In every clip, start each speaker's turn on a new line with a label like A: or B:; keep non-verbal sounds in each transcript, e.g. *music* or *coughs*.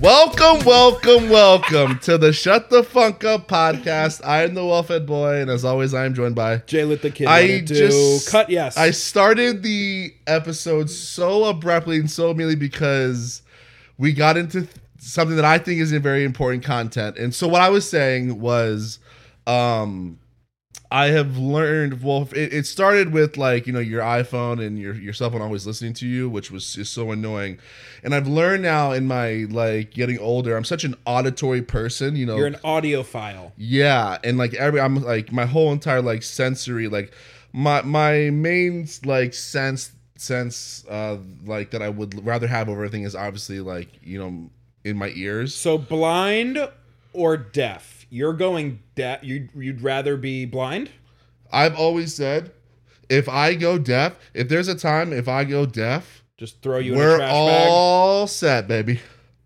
A: welcome, welcome, welcome to the Shut the Funk Up podcast. I am the Wellfed Boy, and as always, I am joined by.
B: Jay lit the kid.
A: I
B: wanted to
A: just
B: cut. Yes,
A: I started the episode so abruptly and so immediately because we got into th- something that I think is in very important content. And so what I was saying was, um, I have learned. Well, it, it started with like you know your iPhone and your your cell phone always listening to you, which was is so annoying. And I've learned now in my like getting older, I'm such an auditory person. You know,
B: you're an audiophile.
A: yeah, and like every I'm like my whole entire like sensory like my my main like sense sense uh like that I would rather have over everything is obviously like you know in my ears.
B: So blind or deaf? You're going deaf. You'd you'd rather be blind?
A: I've always said if I go deaf, if there's a time if I go deaf,
B: Just throw you in a
A: we're
B: trash
A: all set, baby.
B: bag.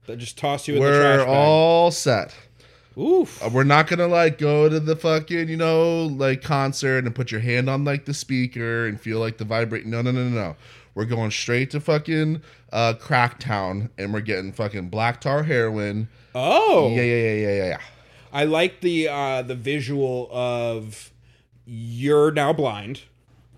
B: They Just toss you in the
A: We're
B: trash
A: all set.
B: bag. Oof.
A: Uh, We're not gonna like go to the fucking you know like concert and put your hand on like the speaker and feel like the vibrate. No, no, no, no, no. We're going straight to fucking uh, Cracktown and we're getting fucking black tar heroin.
B: Oh,
A: Yeah, yeah, yeah, yeah, yeah, yeah.
B: I like the uh, the visual of you're now blind,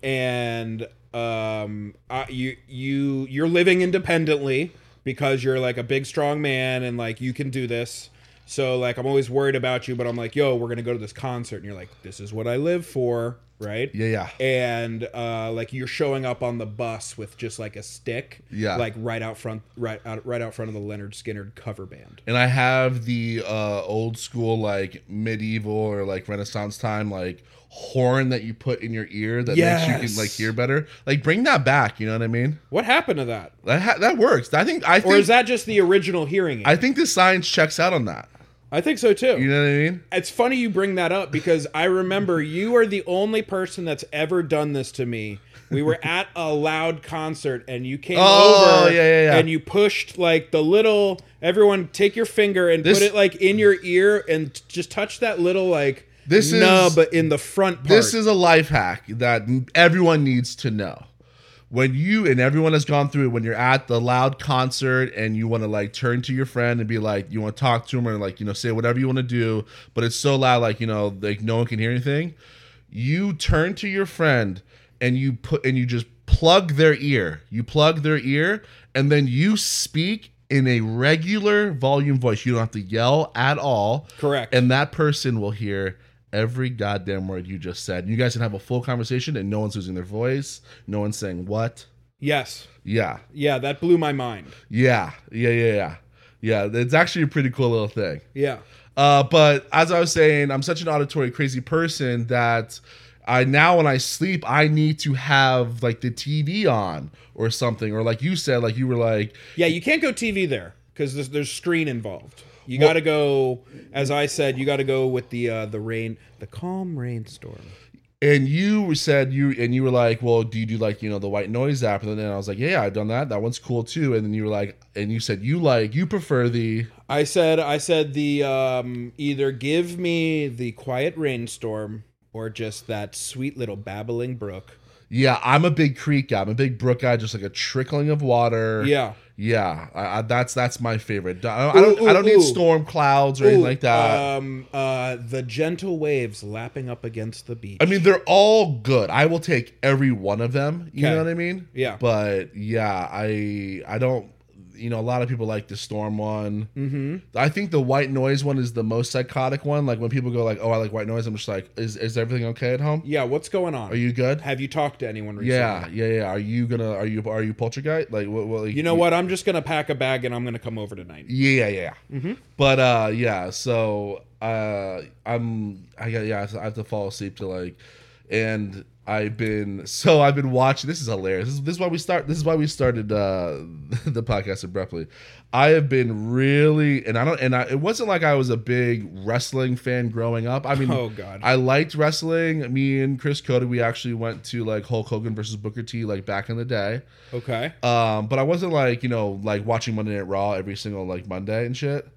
B: and um, uh, you you you're living independently because you're like a big strong man and like you can do this. So like I'm always worried about you, but I'm like, yo, we're gonna go to this concert, and you're like, this is what I live for, right?
A: Yeah, yeah.
B: And uh, like you're showing up on the bus with just like a stick,
A: Yeah.
B: like right out front, right out right out front of the Leonard Skinner cover band.
A: And I have the uh, old school like medieval or like Renaissance time like horn that you put in your ear that makes you
B: Yes.
A: can like hear better. Like bring that back. You know what I mean?
B: What happened to that?
A: That ha- that works. I think I
B: Or
A: think
B: is that just the original hearing? aid?
A: I think the science checks out on that.
B: I think so too.
A: You know what I mean?
B: it's funny you bring that up because I
A: *laughs*
B: remember you are the only person that's ever done this to me. We
A: *laughs*
B: were at a loud concert and you came
A: Oh,
B: over
A: yeah, yeah, yeah.
B: and you pushed like the little everyone take your finger and
A: This-
B: put it like in your ear and t- just touch that little like
A: This is-
B: nub in the front part.
A: This is a life hack that everyone needs to know. When you and everyone has gone through it, when you're at the loud concert and you want to like turn to your friend and be like, you want to talk to him or like, you know, say whatever you want to do, but it's so loud, like, you know, like no one can hear anything. You turn to your friend and you put and you just plug their ear. You plug their ear and then you speak in a regular volume voice. You don't have to yell at all.
B: correct.
A: And that person will hear every goddamn word you just said. You guys can have a full conversation and no one's losing their voice. No one's saying what.
B: yes.
A: Yeah.
B: Yeah, that blew my mind.
A: Yeah. Yeah. Yeah. Yeah. Yeah. It's actually a pretty cool little thing.
B: Yeah.
A: Uh, but as I was saying, I'm such an auditory crazy person that I now when I sleep, I need to have like the TV on or something. Or like you said, like you were like,
B: Yeah, you can't go TV there because there's, there's screen involved. You got to go, as I said, you got to go with the uh, the rain, the calm rainstorm.
A: and you said you and you were like, well, do you do like you know the white noise app? And then I was like, yeah, I've done that. That one's cool too. And then you were like, and you said you like you prefer the
B: I said, I said the um, either give me the quiet rainstorm or just that sweet little babbling brook.
A: yeah. I'm a big creek guy. I'm a big brook guy. Just like a trickling of water.
B: Yeah,
A: yeah. I, I, that's that's my favorite. I don't I don't,
B: Ooh,
A: I don't
B: ooh,
A: need
B: ooh.
A: storm clouds or anything
B: Ooh,
A: like that.
B: Um, uh, the gentle waves lapping up against the beach.
A: I mean, they're all good. I will take every one of them. You
B: Okay.
A: know what I mean?
B: Yeah.
A: But yeah, I I don't. You know, a lot of people like the storm one.
B: mm-hmm.
A: I think the white noise one is the most psychotic one. Like when people go like, "Oh, I like white noise," I'm just like, "Is is everything okay at home?
B: Yeah, what's going on?
A: Are you good?
B: Have you talked to anyone recently?
A: Yeah, yeah, yeah. Are you gonna? Are you are you poltergeist? Like what? what like,
B: You know what? I'm just gonna pack a bag and I'm gonna come over tonight.
A: Yeah, yeah, yeah.
B: Mhm.
A: But uh, yeah. So uh, I'm I got yeah. I have to fall asleep to like, and I've been *laughs* so I've been watching. This is hilarious. This is, this is why we start. This is why we started uh, *laughs* the podcast abruptly. I have been really, and I don't, and I, it wasn't like I was a big wrestling fan growing up. I mean,
B: Oh God.
A: I liked wrestling. Me and Chris Cody, we actually went to like Hulk Hogan versus Booker T, like back in the day.
B: okay.
A: Um, but I wasn't like, you know, like watching Monday Night Raw every single like Monday and shit.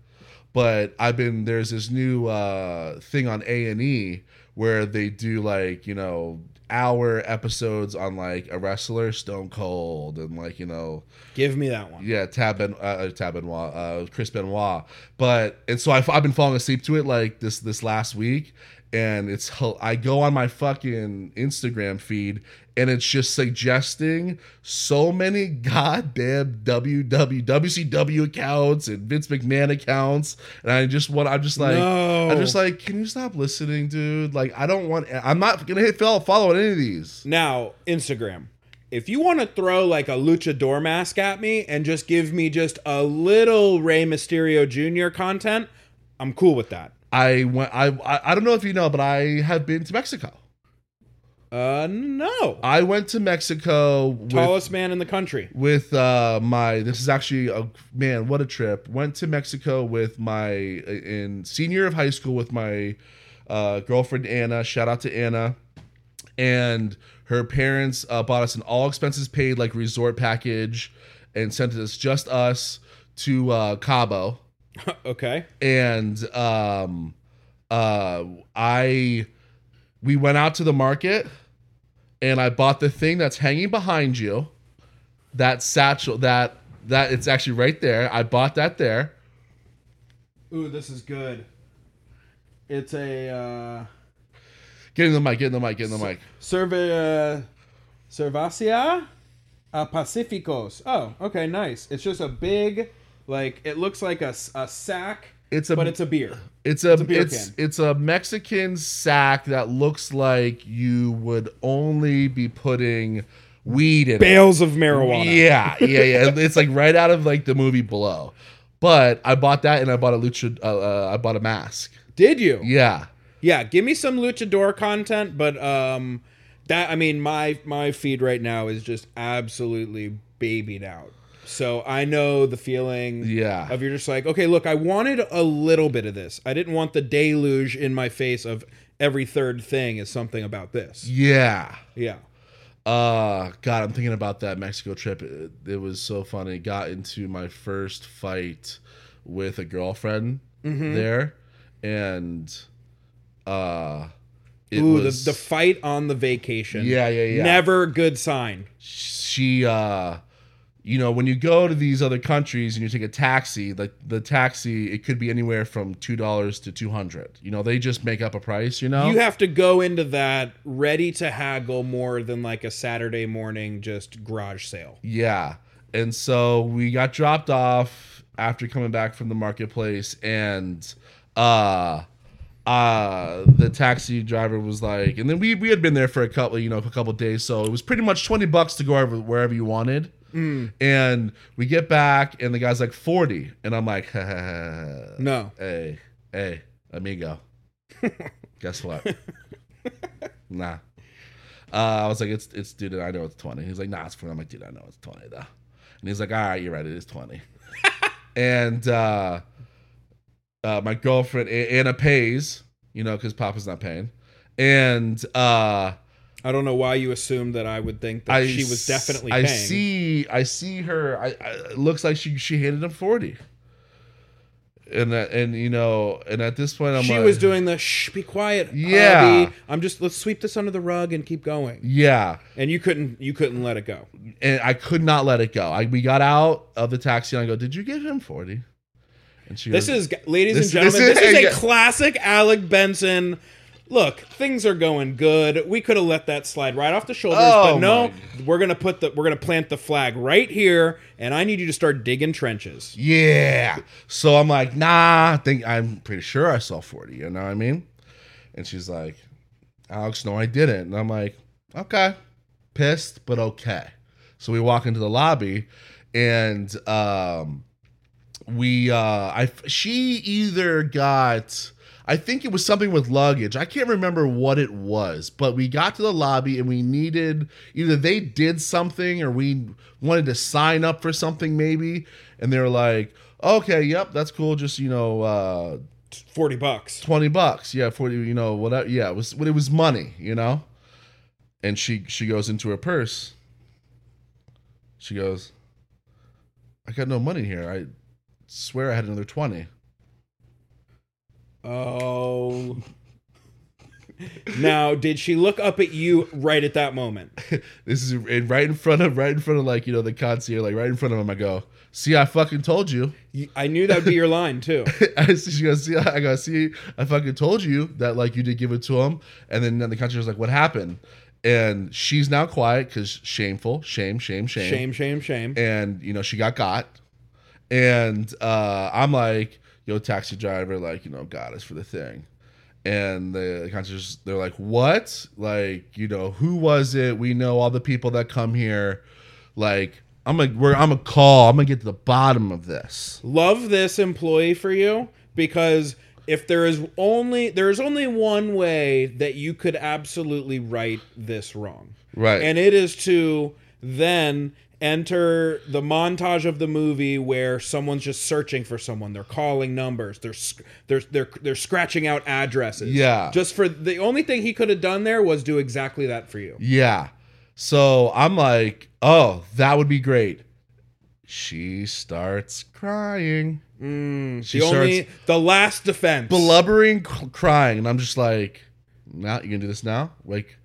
A: But I've been there's this new uh thing on A and E where they do like you know hour episodes on like a wrestler, Stone Cold, and like you know
B: Give me that one.
A: yeah, Tab ben, uh, Tab Benoit, uh, Chris Benoit. But and so I've, I've been falling asleep to it like this this last week, and it's hel- I go on my fucking Instagram feed, and it's just suggesting so many *laughs* goddamn WW WCW accounts and Vince McMahon accounts, and I just want I'm just like
B: No.
A: I'm just like, can you stop listening, dude? Like I don't want I'm not gonna hit follow follow any of these.
B: Now, Instagram. If you want to throw like a luchador mask at me and just give me just a little Rey Mysterio Jr. content, I'm cool with that.
A: I went I I I don't know if you know, but I have been to Mexico.
B: Uh, no.
A: I went to Mexico with,
B: Tallest man in the country. *laughs*
A: with uh, my. This is actually a man. What a trip! Went to Mexico with my uh, in senior of high school with my uh, girlfriend Anna. Shout out to Anna, and her parents uh, bought us an all expenses paid like resort package, and sent us just us to uh, Cabo
B: okay.
A: and um uh i we went out to the market and i bought the thing that's hanging behind you that satchel that that it's actually right there i bought that there
B: Ooh, this is good. It's a uh,
A: get in the mic get in the mic get in the mic
B: Serve, uh, Servacia uh, Pacificos. Oh, okay, nice. It's just a big, like, it looks like a, s- a sack,
A: it's a
B: but it's a beer.
A: it's a,
B: a beer
A: it's
B: can.
A: it's a mexican sack that looks like you would only be putting weed in it.
B: Bales of marijuana.
A: Yeah, yeah, yeah. it's like right out of like the movie Blow. But I bought that and I bought a lucha. Uh, uh, I bought a mask.
B: Did you?
A: Yeah,
B: Yeah, give me some luchador content, but um that I mean my my feed right now is just absolutely babied out. So I know the feeling
A: Yeah.
B: of you're just like, okay, look, I wanted a little bit of this. I didn't want the deluge in my face of every third thing is something about this.
A: yeah.
B: Yeah.
A: Uh, God, I'm thinking about that Mexico trip. It, it was so funny. Got into my first fight with a girlfriend
B: Mm-hmm.
A: there, and uh, it
B: Ooh,
A: was
B: the, the fight on the vacation.
A: Yeah, yeah, yeah.
B: Never good sign.
A: she uh you know when you go to these other countries and you take a taxi like the taxi it could be anywhere from two dollars to 200 you know they just make up a price you know
B: You have to go into that ready to haggle more than like a Saturday morning just garage sale.
A: yeah and so we got dropped off after coming back from the marketplace and uh uh the taxi driver was like and then we we had been there for a couple you know a couple days so it was pretty much 20 bucks to go wherever, wherever you wanted and we get back and the guy's like 40 and i'm like *laughs*
B: No.
A: hey, hey,
B: *laughs*
A: amigo. Guess what? nah. Uh, I was like, it's it's dude, I know it's twenty. He's like, nah, it's 40. I'm like, dude, I know it's twenty though. And he's like, all right, you're right, it is
B: *laughs*
A: twenty. and uh, uh, my girlfriend A- Anna pays, you know, because Papa's not paying. And uh,
B: I don't know why you assumed that I would think that she was
A: s-
B: definitely
A: I
B: paying.
A: see. I see her. I, I it looks like she she handed him forty. And that, and you know, and at this point, I'm
B: She
A: like,
B: was doing the shh, be quiet.
A: Yeah.
B: hubby. I'm just let's sweep this under the rug and keep going.
A: Yeah,
B: And you couldn't you couldn't let it go.
A: and I could not let it go. I, we got out of the taxi and I go, "Did you give him 40? And she
B: This
A: goes,
B: is ladies
A: This-
B: and gentlemen,
A: this
B: this
A: is-
B: is,
A: yeah.
B: a classic Alec Benson. Look, things are going good. We could have let that slide right off the shoulders,
A: Oh,
B: but no, we're gonna put the we're gonna plant the flag right here, and I need you to start digging trenches.
A: yeah. So I'm like, "Nah, I think I'm pretty sure I saw 40." You know what I mean? And she's like, "Alex, no, I didn't." And I'm like, "Okay." Pissed, but okay. So we walk into the lobby and um we uh I she either got I think it was something with luggage. I can't remember what it was, but we got to the lobby and we needed either they did something or we wanted to sign up for something maybe and they were like, "Okay, yep, that's cool. Just, you know, uh
B: Forty bucks.
A: 20 bucks yeah 40 you know whatever yeah it was when it was money you know and she she goes into her purse she goes i got no money here i swear i had another 20
B: Oh Now, did she look up at you right at that moment?
A: This is in- right in front of, right in front of, like you know, the concierge, like right in front of him. I go, see, I fucking told you. *laughs*
B: You- I knew that'd be your line too.
A: I see, she goes, see, I go, see, I fucking told you that like you did give it to him. And then the concierge was like, what happened? And she's now quiet because shameful, shame, shame, shame,
B: Shame, shame, shame.
A: And you know, she got got. And uh, I'm like, yo, taxi driver, like you know, got us for the thing. And the concierge, they're like, what? Like you know, who was it? We know all the people that come here. Like I'm gonna, we're, I'm gonna call. I'm gonna get to the bottom of this.
B: Love this employee for you because if there is only there is only one way that you could absolutely right this wrong.
A: Right.
B: And it is to then enter the montage of the movie where someone's just searching for someone. They're calling numbers. They're sc- they're they're they're scratching out addresses.
A: Yeah.
B: Just for the only thing he could have done there was do exactly that for you.
A: Yeah. So I'm like, oh, that would be great. She starts crying,
B: Mm,
A: She
B: the only the last defense.
A: blubbering, c- crying. And I'm just like, now you gonna do this now? Like,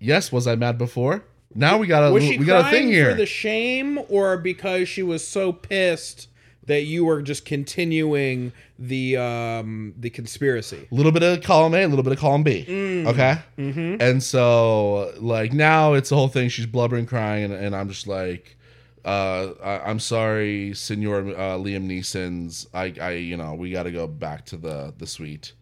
A: yes, was I mad before? Now we got a
B: was
A: little-
B: she
A: we
B: crying
A: got a thing
B: for
A: here.
B: the shame or because she was so pissed that you were just continuing the um the conspiracy?
A: little bit of column A, a little bit of column B. Okay.
B: Mhm.
A: And so, like, now it's the whole thing. She's blubbering, crying, and, and I'm just like, uh, I, I'm sorry, Senor uh, Liam Neeson's. I, I, you know, we got to go back to the the suite.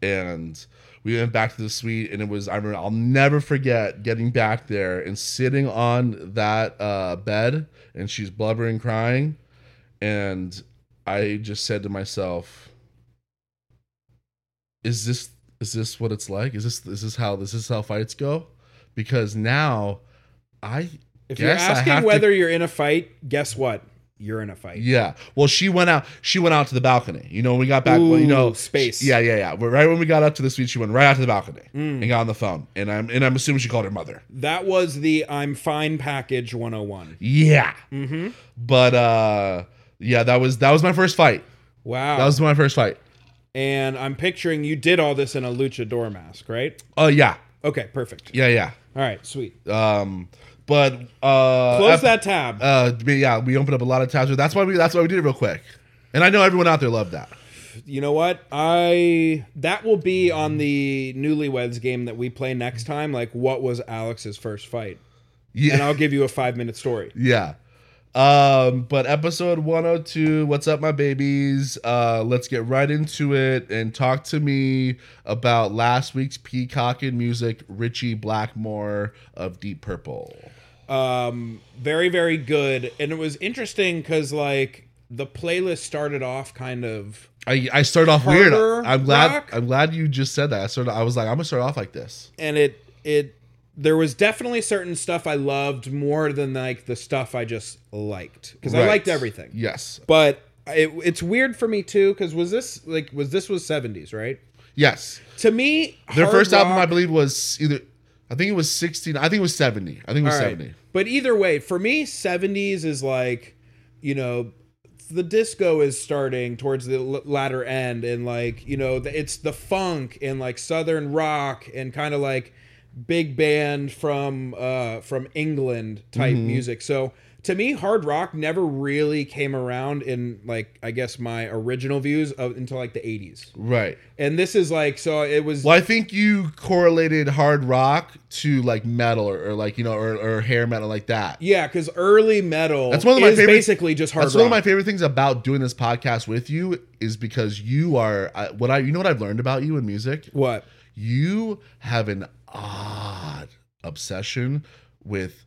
A: And we went back to the suite, and it was, I remember, I'll never forget getting back there and sitting on that uh, bed, and she's blubbering, crying. And I just said to myself, is this is this what it's like? Is this is this how this is how fights go? Because now I
B: If
A: guess
B: you're
A: I have
B: asking
A: to-
B: whether you're in a fight, guess what? You're in a fight.
A: yeah. Well, she went out. She went out to the balcony. You know, when we got back. well, you
B: Ooh,
A: know,
B: space.
A: yeah, yeah, yeah. But right when we got up to the suite, she went right out to the balcony
B: Mm.
A: and got on the phone. And I'm and I'm assuming she called her mother.
B: That was the I'm fine package 101.
A: Yeah.
B: Mm-hmm.
A: But uh, yeah, that was that was my first fight.
B: Wow.
A: That was my first fight.
B: and I'm picturing you did all this in a luchador mask, right?
A: Oh yeah,
B: Okay, perfect.
A: yeah,
B: All right, sweet.
A: yeah. Um, but uh,
B: Close
A: ep-
B: that tab.
A: Uh, but yeah, we opened up a lot of tabs. That's why we. That's why we did it real quick. And I know everyone out there loved that.
B: you know what? I that will be on the newlyweds game that we play next time. Like, what was Alex's first fight?
A: Yeah,
B: And I'll give you a five minute story.
A: yeah. Um, but episode 102, what's up, my babies? Uh, let's get right into it and talk to me about last week's Peacock and Music, Richie Blackmore of Deep Purple.
B: um very very good and it was interesting because like the playlist started off kind of
A: I, I started off weird.
B: Harder
A: I'm glad.
B: rock?
A: I'm glad you just said that. I started. I was like, I'm gonna start off like this.
B: and it it there was definitely certain stuff i loved more than like the stuff i just liked because i
A: Right.
B: liked everything
A: Yes.
B: but it, it's weird for me too because was this like was this was 70s right
A: Yes.
B: to me
A: Their
B: hard
A: first album,
B: rock-
A: I believe, was either I think it was sixteen. I think it was seventy. I think it was
B: All right.
A: seventy.
B: But either way, for me, 70s is like, you know, the disco is starting towards the l- latter end, and like, you know, the, it's the funk and like southern rock and kind of like big band from uh from England type
A: Mm-hmm.
B: music. So to me, hard rock never really came around in like I guess my original views of until like the 80s.
A: Right.
B: And this is like so it was
A: Well, I think you correlated hard rock to like metal or, or like you know or, or hair metal like that.
B: yeah, because early metal
A: That's one of my
B: is
A: favorite-
B: basically just hard
A: That's
B: rock.
A: one of my favorite things about doing this podcast with you is because you are I, what I you know what I've learned about you in music.
B: what?
A: You have an odd obsession with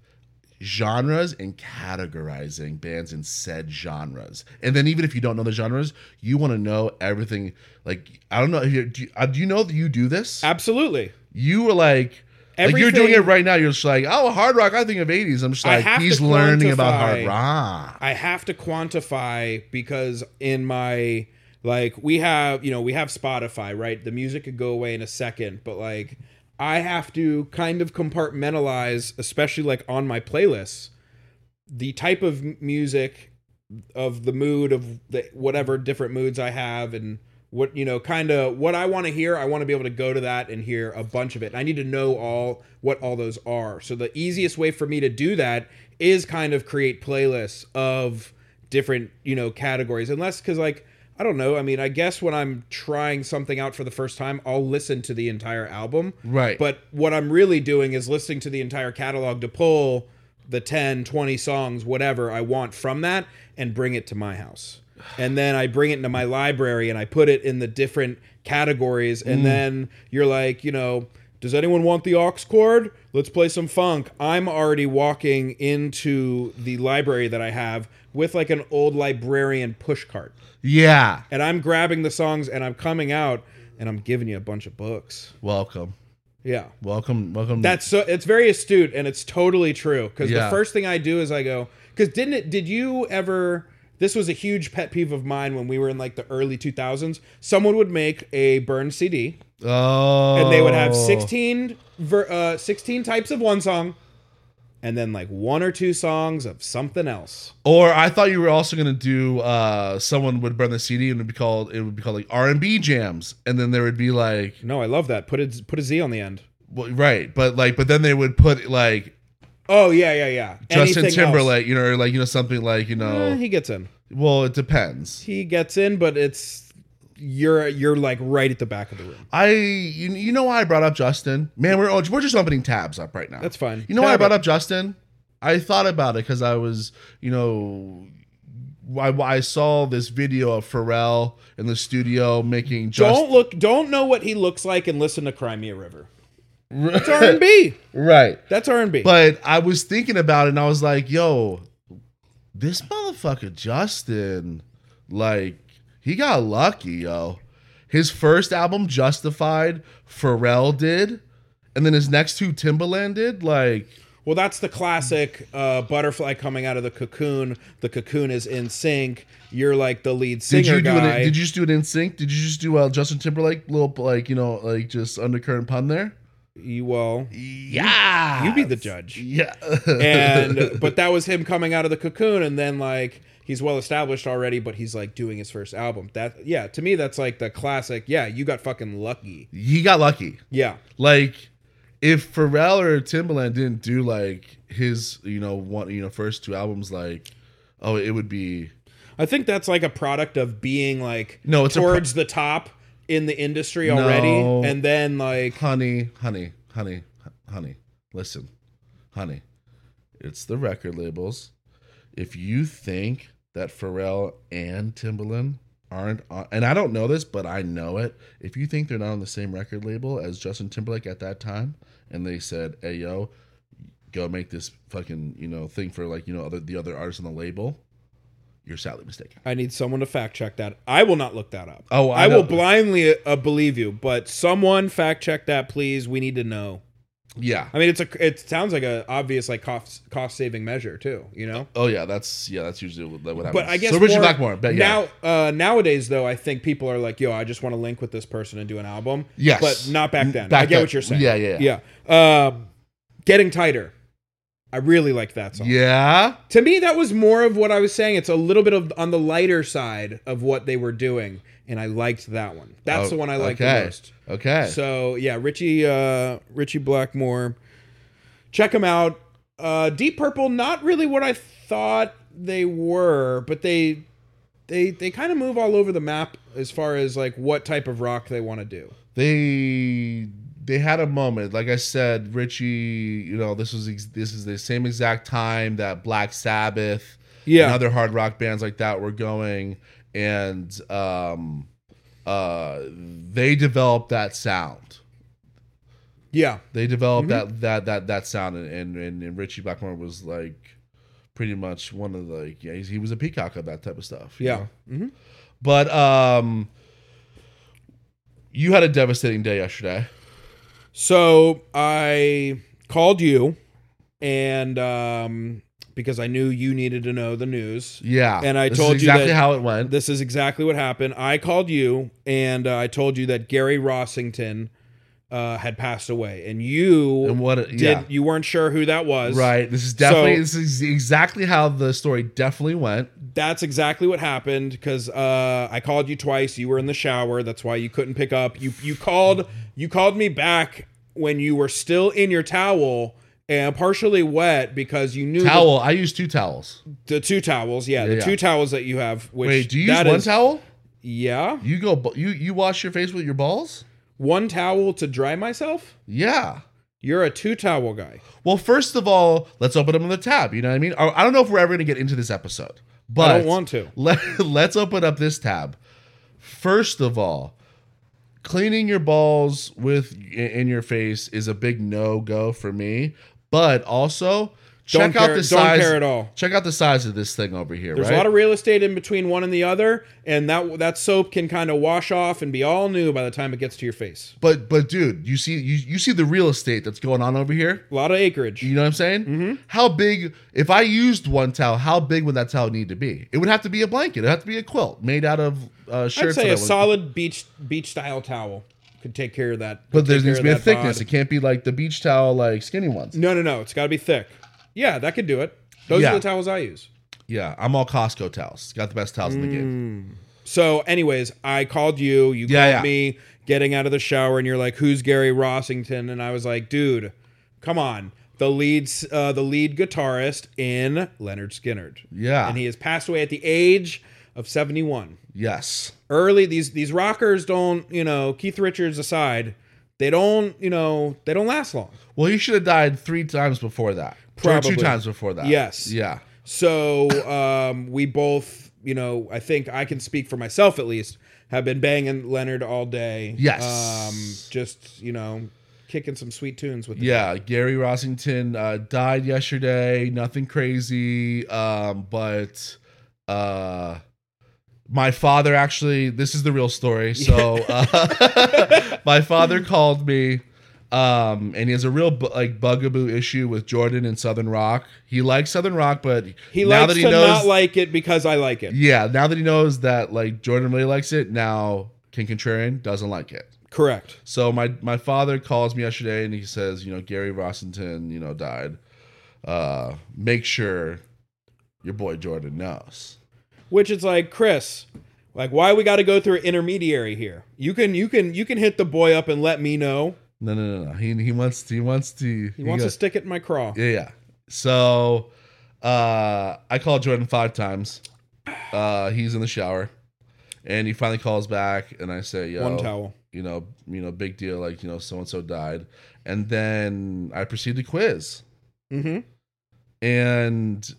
A: genres and categorizing bands in said genres. And then even if you don't know the genres, you want to know everything. Like I don't know. if you- Do you, uh, do you know that you do this?
B: Absolutely.
A: you were like like you're doing it
B: Everything-
A: right now. You're just like, oh, hard rock. I think of '80s. I'm just
B: I
A: like,
B: have
A: he's
B: to
A: learning about hard
B: quantify-
A: rock.
B: I have to quantify because in my like we have, you know, we have Spotify, right? The music could go away in a second, but like I have to kind of compartmentalize, especially like on my playlists, the type of m- music of the mood of the whatever different moods I have and what you know kind of what i want to hear i want to be able to go to that and hear a bunch of it and i need to know all what all those are so the easiest way for me to do that is kind of create playlists of different you know categories unless because like i don't know i mean i guess when i'm trying something out for the first time i'll listen to the entire album
A: Right.
B: but what i'm really doing is listening to the entire catalog to pull the 10 20 songs whatever i want from that and bring it to my house and then i bring it into my library and i put it in the different categories and then you're like you know does anyone want the aux chord? Let's play some funk. I'm already walking into the library that I have with like an old librarian push cart.
A: Yeah.
B: And I'm grabbing the songs and I'm coming out and I'm giving you a bunch of books.
A: Welcome.
B: Yeah.
A: Welcome. Welcome.
B: That's so it's very astute and it's totally true cuz the
A: Yeah.
B: first thing I do is I go cuz didn't it did you ever this was a huge pet peeve of mine when we were in like the early 2000s. Someone would make a burned CD
A: Oh.
B: and they would have 16 ver, uh, 16 types of one song and then like one or two songs of something else
A: Or I thought you were also gonna do uh someone would burn the CD and it'd be called it would be called like R and B jams, and then there would be like
B: no i love that put a put a z on the end
A: well, right, but like but then they would put like
B: oh yeah yeah yeah
A: Justin
B: Anything
A: Timberlake, you know, or like you know something like you
B: else. Eh,
A: know.
B: he gets in
A: Well, it depends.
B: he gets in but it's you're you're like right at the back of the room
A: I you, you know why I brought up Justin? Man, we're oh, we're just opening tabs up right now.
B: that's fine
A: You know why I
B: Tab
A: brought
B: it.
A: up Justin? I thought about it because I was, you know, I, I saw this video of Pharrell in the studio making just
B: don't look don't know what he looks like and listen to crimea river that's r&b
A: right.
B: that's r&b
A: But I was thinking about it and I was like, yo, this motherfucker Justin, like, he got lucky, yo. His first album, Justified, Pharrell did. And then his next two, Timbaland did. Like,
B: Well, that's the classic uh, butterfly coming out of the cocoon. The cocoon is in sync. You're like the lead singer
A: did you do
B: guy.
A: it? Did you just do it in sync? Did you just do uh, Justin Timberlake little like you know like just undercurrent pun there?
B: You- well,
A: Yeah,
B: you be the
A: *laughs*
B: judge.
A: yeah. *laughs*
B: And but that was him coming out of the cocoon, and then like he's well established already, but he's like doing his first album. That yeah, to me that's like the classic. Yeah, you got fucking lucky.
A: he got lucky.
B: Yeah,
A: Like if Pharrell or Timbaland didn't do like his you know one you know first two albums like oh it would be
B: I think that's like a product of being like
A: No, it's a pro-
B: towards the top in the industry already,
A: No.
B: and then like
A: honey honey honey hu- honey listen honey it's the record labels if you think that Pharrell and Timbaland aren't on, and I don't know this but I know it if you think they're not on the same record label as Justin Timberlake at that time and they said hey yo go make this fucking you know thing for like you know other the other artists on the label you're sadly mistaken
B: I need someone to fact check that. I will not look that up.
A: Oh,
B: I,
A: I
B: will
A: don't-
B: blindly uh, believe you, but someone fact check that, please. We need to know.
A: yeah
B: I mean, it's a it sounds like a obvious like cost cost saving measure too, you know.
A: oh yeah that's yeah that's usually what, what happens
B: But I guess
A: so Richard
B: more-
A: Blackmore but yeah
B: now uh, nowadays though, I think people are like, "Yo, I just want to link with this person and do an album."
A: Yes.
B: but not back then.
A: Back
B: I get
A: then.
B: what you're saying.
A: Yeah, yeah,
B: yeah. yeah. Um, getting tighter. I really like that song.
A: yeah
B: To me, that was more of what I was saying. It's a little bit of on the lighter side of what they were doing, and I liked that one. That's
A: Oh,
B: the one I liked
A: okay.
B: the most.
A: Okay.
B: So yeah, Richie uh, Richie Blackmore, check him out. Uh, Deep Purple, not really what I thought they were, but they they they kind of move all over the map as far as like what type of rock they want to do.
A: they they had a moment. Like I said, Richie, you know, this was ex- this is the same exact time that Black Sabbath
B: Yeah.
A: and other hard rock bands like that were going and um uh they developed that sound.
B: Yeah,
A: They developed
B: Mm-hmm.
A: that that that that sound and and, and and Richie Blackmore was like pretty much one of the like yeah, he's, he was a peacock of that type of stuff. you
B: yeah. Mm-hmm.
A: know? But um you had a devastating day yesterday.
B: So I called you, and um, because I knew you needed to know the news,
A: Yeah.
B: And I
A: This is
B: told you
A: exactly
B: that-
A: how it went.
B: this is exactly what happened. I called you, and uh, I told you that Gary Rossington uh, had passed away, and you
A: And what?
B: did
A: yeah.
B: you weren't sure who that was.
A: Right. This is definitely
B: So-
A: this is exactly how the story definitely went.
B: That's exactly what happened because uh, I called you twice. You were in the shower. That's why you couldn't pick up. You you called you called me back when you were still in your towel and partially wet because you knew the-
A: Towel. I use two towels.
B: The, two towels. Yeah, the
A: Yeah, yeah.
B: two towels that you have. Which
A: Wait, do you use
B: that
A: one
B: is-
A: towel?
B: Yeah,
A: You go. bu- You you wash your face with your balls?
B: one towel to dry myself.
A: Yeah.
B: You're a two towel guy.
A: Well, first of all, let's open up another tab. You know what I mean? I I don't know if we're ever going to get into this episode, but
B: I don't want to.
A: Let, let's open up this tab. First of all, cleaning your balls with in your face is a big no go for me. But also, check
B: don't care,
A: out the
B: don't
A: size.
B: care at all.
A: Check out the size of this thing over here.
B: There's
A: right?
B: a lot of real estate in between one and the other, and that that soap can kind of wash off and be all new by the time it gets to your face.
A: But but dude, you see you, you see the real estate that's going on over here.
B: A lot of acreage.
A: You know what I'm saying? Mm-hmm. How big? If I used one towel, how big would that towel need to be? It would have to be a blanket. It would have to be a quilt made out of uh,
B: I'd
A: shirts.
B: say
A: that I
B: a
A: would-
B: solid beach beach style towel could take care of that.
A: But there
B: there's
A: needs to be a thickness. It can't be like the beach towel, like skinny ones.
B: No, no, no. It's got to be thick. Yeah, that could do it. Those
A: Yeah.
B: are the towels I use.
A: Yeah, I'm all Costco towels. It's got the best towels in the
B: Mm.
A: game.
B: So, anyways, I called you. You
A: Yeah,
B: called
A: yeah.
B: me getting out of the shower, and you're like, "Who's Gary Rossington?" And I was like, "Dude, come on." The leads, uh, the lead guitarist in Leonard Skinnerd.
A: Yeah.
B: and he has passed away at the age of 71.
A: Yes.
B: early these these rockers don't you know keith richards aside they don't you know they don't last long
A: Well, he should have died three times before that. Or
B: Probably.
A: two times before that.
B: Yes.
A: Yeah.
B: so um we both you know i think i can speak for myself at least have been banging leonard all day
A: Yes.
B: um just you know kicking some sweet tunes with the
A: Yeah, Gary Rossington uh, died yesterday. Nothing crazy, um, but uh, my father actually. This is the real story.
B: *laughs*
A: So uh, *laughs* my father called me, um, and he has a real bu- like bugaboo issue with Jordan and Southern Rock. He likes Southern Rock, but
B: he
A: now
B: likes
A: that he
B: to
A: knows,
B: not like it because i like it
A: yeah, now that he knows that like Jordan really likes it, now King Contrarian doesn't like it.
B: correct
A: So my my father calls me yesterday and he says, you know, Gary Rossington, you know, died. Uh, make sure your boy Jordan knows.
B: which is like chris like why we got to go through an intermediary here you can you can you can hit the boy up and let me know
A: No, no, no, no. He he wants to, he wants to
B: he wants
A: goes-
B: to stick it in my craw
A: Yeah, yeah. So uh, I called Jordan five times. Uh, he's in the shower, and he finally calls back, and I say, yo,
B: one towel
A: you know, you know, big deal, like you know, so and so died, and then I proceed to quiz
B: mm-hmm
A: and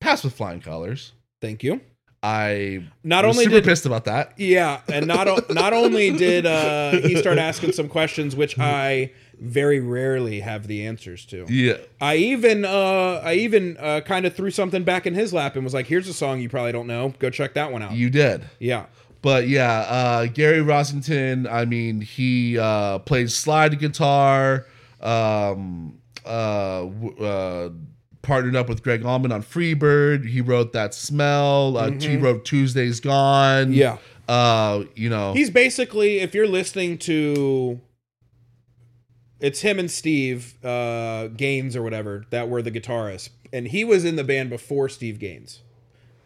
A: pass with flying colors.
B: Thank you.
A: I
B: Not
A: was
B: only
A: super
B: did
A: pissed about that.
B: yeah, and not
A: *laughs*
B: o- not only did uh, he start asking some questions which
A: Mm-hmm.
B: I very rarely have the answers to.
A: Yeah,
B: I even uh, I even uh, kind of threw something back in his lap and was like, "Here's a song you probably don't know. Go check that one out."
A: you did.
B: yeah,
A: But yeah, uh, Gary Rossington. I mean, he uh, plays slide guitar. Um, uh, w- uh, partnered up with Greg Allman on Freebird. He wrote that smell. Uh, He wrote Tuesday's Gone.
B: Mm-hmm. Yeah.
A: Uh, you know.
B: he's basically if you're listening to. It's him and Steve uh, Gaines or whatever that were the guitarists, and he was in the band before Steve Gaines.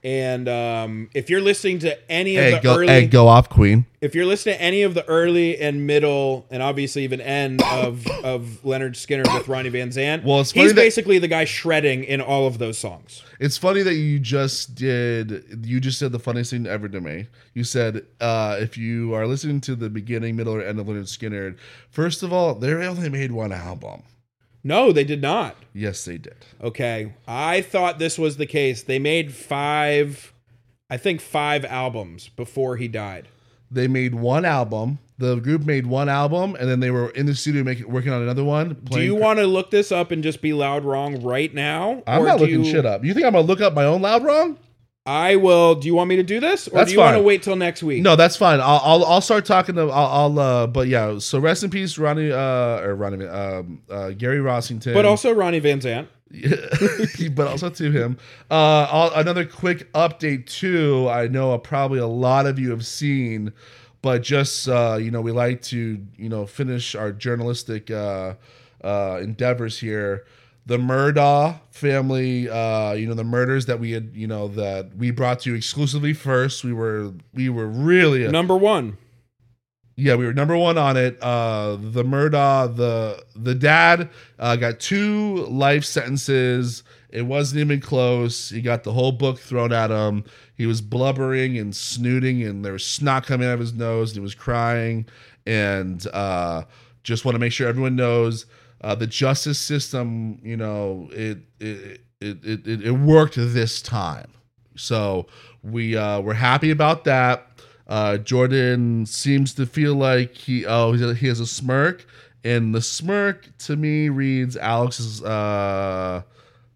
B: And um, if you're listening to any of
A: hey,
B: the
A: go,
B: early,
A: hey, go off, Queen.
B: if you're listening to any of the early and middle and obviously even end of of Leonard Skinner with Ronnie Van Zant,
A: Well, it's funny
B: he's
A: that-
B: basically the guy shredding in all of those songs.
A: It's funny that you just did. You just said the funniest thing ever to me. You said, uh, "If you are listening to the beginning, middle, or end of Leonard Skinner, first of all, they only made one album.
B: No, they did not.
A: Yes, they did.
B: Okay, I thought this was the case. They made five, I think five albums before he died.
A: They made one album. The group made one album, and then they were in the studio making, working on another one.
B: Do
A: playing-
B: you want to look this up and just be loud wrong right now?
A: I'm
B: Or
A: not
B: do
A: looking
B: you-
A: shit up. You think I'm gonna look up my own loud wrong?
B: I will. Do you want me to do this, or
A: That's
B: do you want to
A: fine.
B: wait till next week?
A: No, that's fine. I'll I'll, I'll start talking to I'll, I'll uh, but yeah. So rest in peace, Ronnie uh or Ronnie um uh Gary Rossington,
B: but also Ronnie Van Zant.
A: *laughs* but also to him. Uh, I'll- another quick update too. I know probably a lot of you have seen, but just uh, you know, we like to you know finish our journalistic uh, uh, endeavors here. The Murdaugh family, uh, you know, the murders that we had, you know, that we brought to you exclusively first. We were we were really
B: Number one.
A: yeah, we were number one on it. Uh, the Murdaugh, the the dad uh, got two life sentences. It wasn't even close. He got the whole book thrown at him. He was blubbering and snooting, and there was snot coming out of his nose. And he was crying, and uh, just want to make sure everyone knows uh, the justice system. You know, it it it it, it, it worked this time. So we uh, we're happy about that. Uh, Jordan seems to feel like he oh he- he has a smirk, and the smirk to me reads Alex's uh,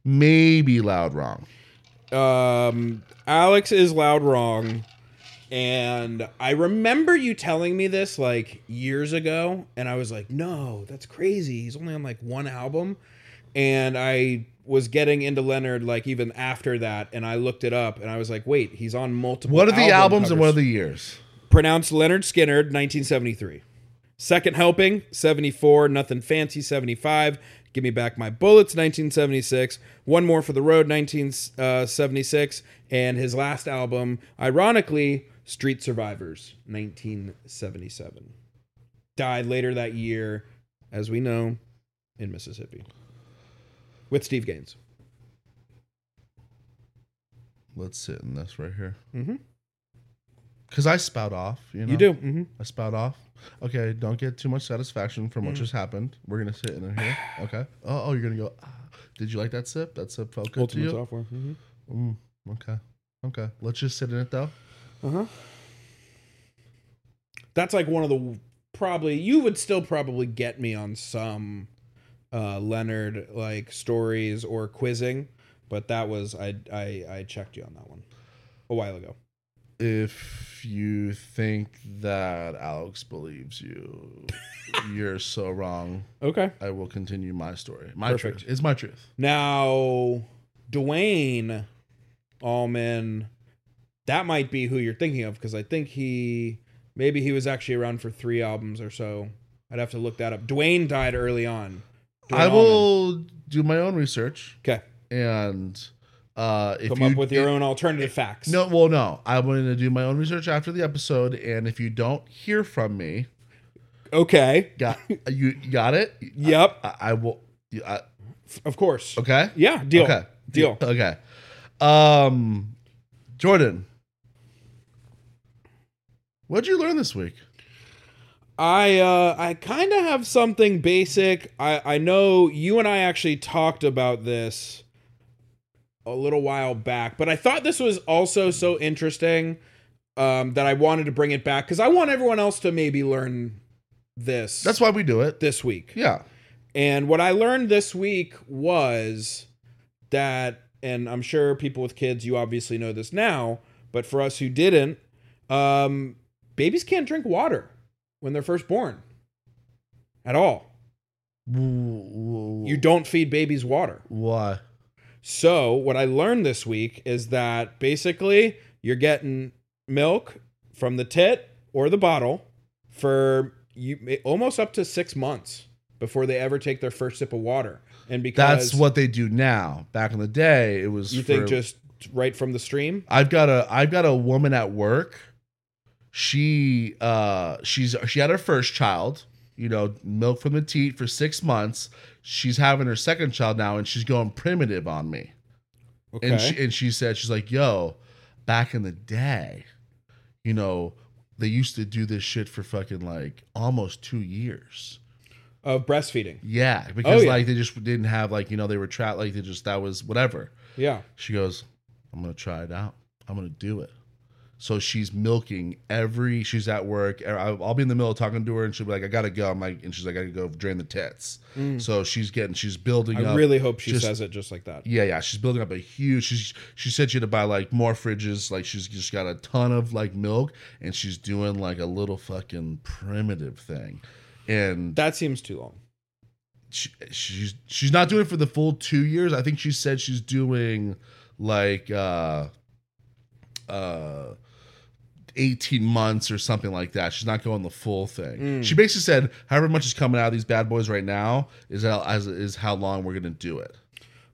A: maybe loud wrong.
B: um, Alex is loud wrong. And I remember you telling me this like years ago. And I was like, no, that's crazy. He's only on like one album. And I was getting into Leonard like even after that. And I looked it up and I was like, wait, he's on multiple
A: What are the
B: album
A: albums and what are
B: covers.
A: the years?
B: pronounced Leonard Skinner, 1973. Second Helping, 74. Nothing Fancy, 75. Give Me Back My Bullets, 1976. One More for the Road, 1976. And his last album, ironically, Street Survivors, 1977. Died later that year, as we know, in Mississippi with Steve Gaines.
A: Let's sit in this right here.
B: Mhm.
A: Cause I spout off, you know.
B: You do? hmm
A: I spout off. Okay, don't get too much satisfaction from what
B: Mm.
A: just happened. We're gonna sit in here. Okay. Oh, oh, you're gonna go. Ah. Did you like that sip? That sip felt good
B: Ultimate
A: to
B: Software. hmm
A: you. Mm, okay. Okay. Let's just sit in it though.
B: Uh-huh. that's like one of the probably you would still probably get me on some uh leonard like stories or quizzing but that was i i i checked you on that one a while ago
A: if you think that Alex believes *laughs* you, you're so wrong.
B: okay
A: I will continue my story. My
B: Perfect.
A: truth. It's my truth.
B: now dwayne allman that might be who you're thinking of because i think he maybe he was actually around for three albums or so i'd have to look that up dwayne died early on Dwayne
A: I
B: Allman.
A: will do my own research
B: okay
A: and uh, if
B: come
A: you
B: up with your own alternative facts
A: no, well, no, I'm going to do my own research after the episode, and if you don't hear from me,
B: okay
A: *laughs* got you got it.
B: Yep.
A: I, I will. you- I,
B: Of course.
A: okay.
B: Yeah, deal.
A: Okay.
B: Deal.
A: Okay. Um, Jordan, what'd you learn this week?
B: I uh I kind of have something basic. I I know you and I actually talked about this a little while back, but I thought this was also so interesting um that I wanted to bring it back cuz I want everyone else to maybe learn this
A: That's why we do it.
B: this week.
A: Yeah.
B: And what I learned this week was that, and I'm sure people with kids, you obviously know this now, but for us who didn't, um, babies can't drink water when they're first born at all. You
A: You
B: don't feed babies water.
A: why?
B: So, what I learned this week is that basically you're getting milk from the tit or the bottle for you almost up to 6 months before they ever take their first sip of water. And because
A: That's what they do now. Back in the day, it was.
B: You
A: for-
B: think just right from the stream?
A: I've got a I've got a woman at work. She uh she's she had her first child. You know, milk from the teat for six months. She's having her second child now, and she's going primitive on me.
B: Okay.
A: And she and she said she's like, "Yo, back in the day, you know, they used to do this shit for fucking like almost two years."
B: of breastfeeding.
A: Yeah, because
B: Oh, yeah.
A: like they just didn't have like you know they were trapped like they just that was whatever.
B: Yeah.
A: She goes, I'm gonna try it out. I'm gonna do it. So she's milking every. She's at work. Er, I- I'll be in the middle of talking to her, and she'll be like, "I gotta go." I'm like, and she's like, "I gotta go drain the tits." So she's getting, she's building
B: Mm. I
A: up.
B: really hope she
A: just-
B: says it just like that.
A: Yeah, yeah. She's building up a huge. She's she said she had to buy like more fridges. Like she's just got a ton of like milk, and she's doing like a little fucking primitive thing. And
B: That seems too long.
A: she, she's she's not doing it for the full two years. I think she said she's doing like uh uh 18 months or something like that. She's not going the full thing. She basically said, however much is coming out of these bad boys right now is how, as, is how long we're going to do it.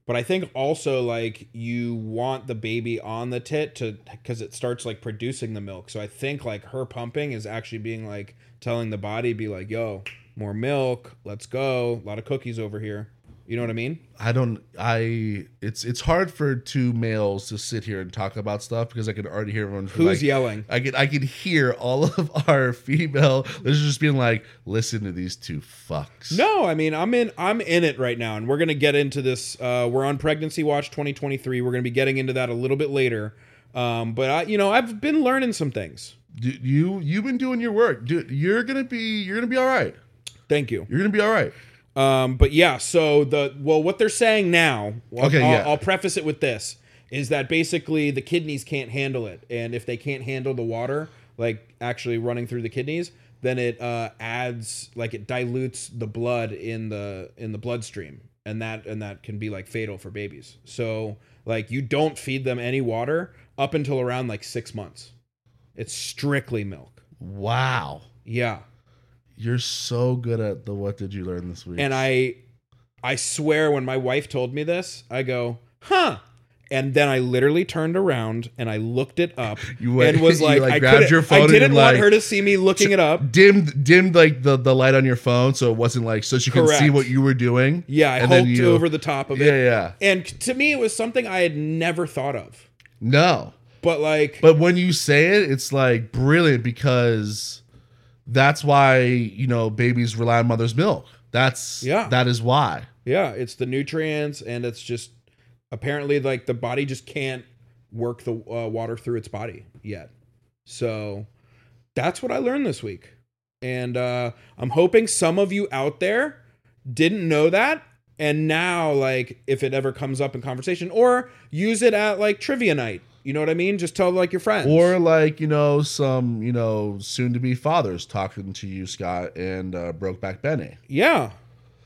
B: But I think also like you want the baby on the tit to because it starts like producing the milk. So I think like her pumping is actually being like telling the body, be like, yo, more milk, let's go. A lot of cookies over here. You know what I mean?
A: I don't. I it's it's hard for two males to sit here and talk about stuff because I can already hear everyone.
B: Who's
A: like,
B: yelling?
A: I could I could hear all *laughs* of our female listeners just being like, listen to these two fucks.
B: No, I mean I'm in I'm in it right now, and we're gonna get into this. Uh, we're on Pregnancy Watch 2023. We're gonna be getting into that a little bit later. Um, but I, you know, I've been learning some things.
A: Dude, you you've been doing your work. Dude, you're gonna be you're gonna be all right.
B: Thank you.
A: You're gonna be all right.
B: Um, but yeah, so the well, what they're saying now. I'll-
A: Okay,
B: I'll,
A: yeah.
B: I'll preface it with this: is that basically the kidneys can't handle it, and if they can't handle the water, like actually running through the kidneys, then it uh, adds like it dilutes the blood in the in the bloodstream, and that and that can be like fatal for babies. So like you don't feed them any water up until around like six months. It's strictly milk.
A: Wow,
B: Yeah.
A: you're so good at the what did you learn this week?
B: and I I swear when my wife told me this, I go, "Huh." And then I literally turned around and I looked it up
A: *laughs* You went-
B: and was
A: you,
B: like,
A: like,
B: I,
A: grabbed
B: couldn't-
A: your phone
B: I
A: and
B: didn't want
A: like-
B: her to see me looking it up.
A: dimmed dimmed like the the light on your phone so it wasn't like so she could see
B: Correct.
A: what you were doing.
B: Yeah, I
A: and
B: hulked over the top of
A: Yeah,
B: it.
A: yeah.
B: And to me, it was something I had never thought of.
A: No.
B: But like,
A: But when you say it, it's like brilliant because that's why, you know, babies rely on mother's milk. That's
B: Yeah.
A: that is why.
B: yeah, it's the nutrients, and it's just apparently like the body just can't work the uh, water through its body yet. So that's what I learned this week. And uh, I'm hoping some of you out there didn't know that. And now, like, if it ever comes up in conversation, or use it at like trivia night. You know what I mean? Just tell like your friends.
A: Or like, you know, some, you know, soon to be fathers talking to you, Scott, and uh Brokeback Benny.
B: yeah,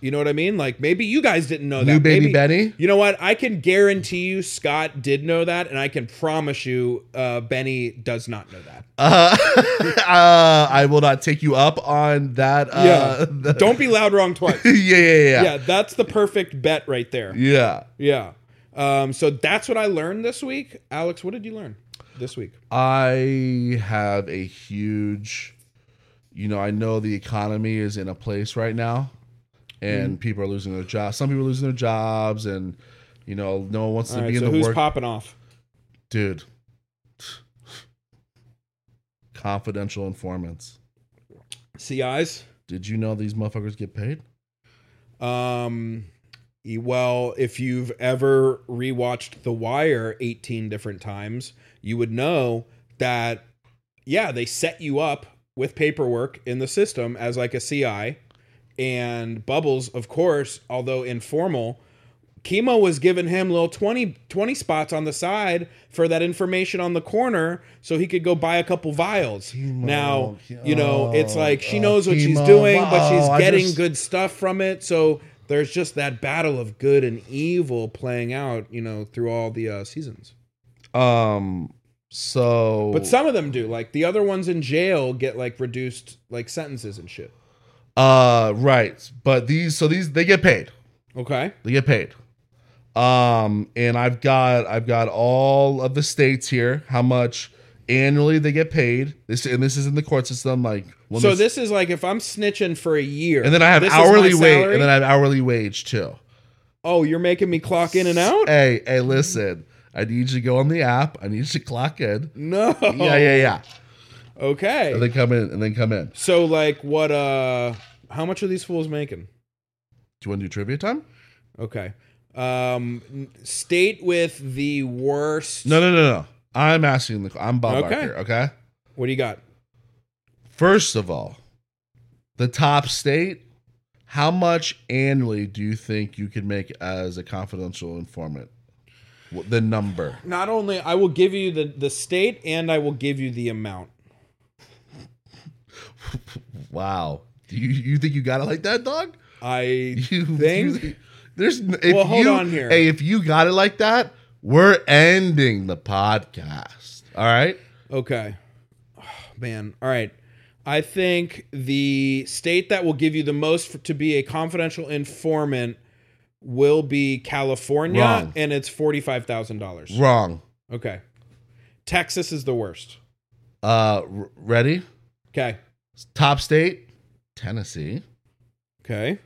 B: you know what I mean? Like maybe you guys didn't know that.
A: New baby
B: Maybe-
A: Benny.
B: You know what? I can guarantee you Scott did know that, and I can promise you uh, Benny does not know that.
A: Uh, *laughs* uh I will not take you up on that uh *laughs* the-
B: Don't be loud wrong twice.
A: yeah, *laughs* yeah, yeah.
B: yeah, that's the perfect bet right there.
A: Yeah.
B: Yeah. Um, so that's what I learned this week. Alex, what did you learn this week?
A: I have a huge, you know, I know the economy is in a place right now
B: Mm.
A: and people are losing their jobs. Some people are losing their jobs and, you know, no one wants to
B: All right,
A: be in
B: so
A: the
B: who's
A: work.
B: popping off?
A: Dude. Confidential informants.
B: CIs?
A: Did you know these motherfuckers get paid?
B: Um, e- well, if you've ever rewatched The Wire 18 different times, you would know that, yeah, they set you up with paperwork in the system as like a CI. And Bubbles, of course, although informal, Chemo was giving him little 20, 20 spots on the side for that information on the corner so he could go buy a couple vials. now, you know, it's like she
A: oh,
B: knows what she's
A: chemo.
B: doing, but
A: Oh,
B: she's
A: I
B: getting
A: just-
B: good stuff from it. So there's just that battle of good and evil playing out, you know, through all the uh, seasons.
A: Um so
B: But some of them do. Like the other ones in jail get like reduced like sentences and shit.
A: uh right. But these so these they get paid.
B: Okay.
A: They get paid. Um, and I've got I've got all of the states here. How much annually they get paid? This and this is in the court system. Like when
B: So
A: this-
B: this is like if I'm snitching for a year,
A: and then I have
B: this is my
A: hourly wage,
B: salary?
A: and then I have hourly wage too.
B: oh, you're making me clock in and out.
A: Hey, hey, listen. I need you to go on the app. I need you to clock in.
B: No.
A: Yeah, yeah, yeah.
B: Okay.
A: And then come in, and then come in. Do
B: so like what? Uh, how much are these fools making?
A: you want to do trivia time?
B: Okay. Um, n- state with the worst.
A: No, no, no, no. I'm asking the. I'm Bob
B: Okay.
A: Barker. Okay.
B: What do you got?
A: First of all, the top state, how much annually do you think you could make as a confidential informant? What- The number.
B: Not only I will give you the the state and I will give you the amount.
A: Wow. Do you, you think you got it like that, dog? *laughs*
B: I
A: You
B: think
A: you- there's n- if
B: Well, hold
A: you-
B: on here.
A: Hey, if you got it like that, we're ending the podcast. All right.
B: okay. *sighs* man. All right. I think the state that will give you the most for, to be a confidential informant will be California,
A: Wrong.
B: and it's $45,000.
A: Wrong.
B: Okay. Texas is the worst.
A: Uh, r- ready?
B: Okay.
A: Top state, Tennessee,
B: Okay.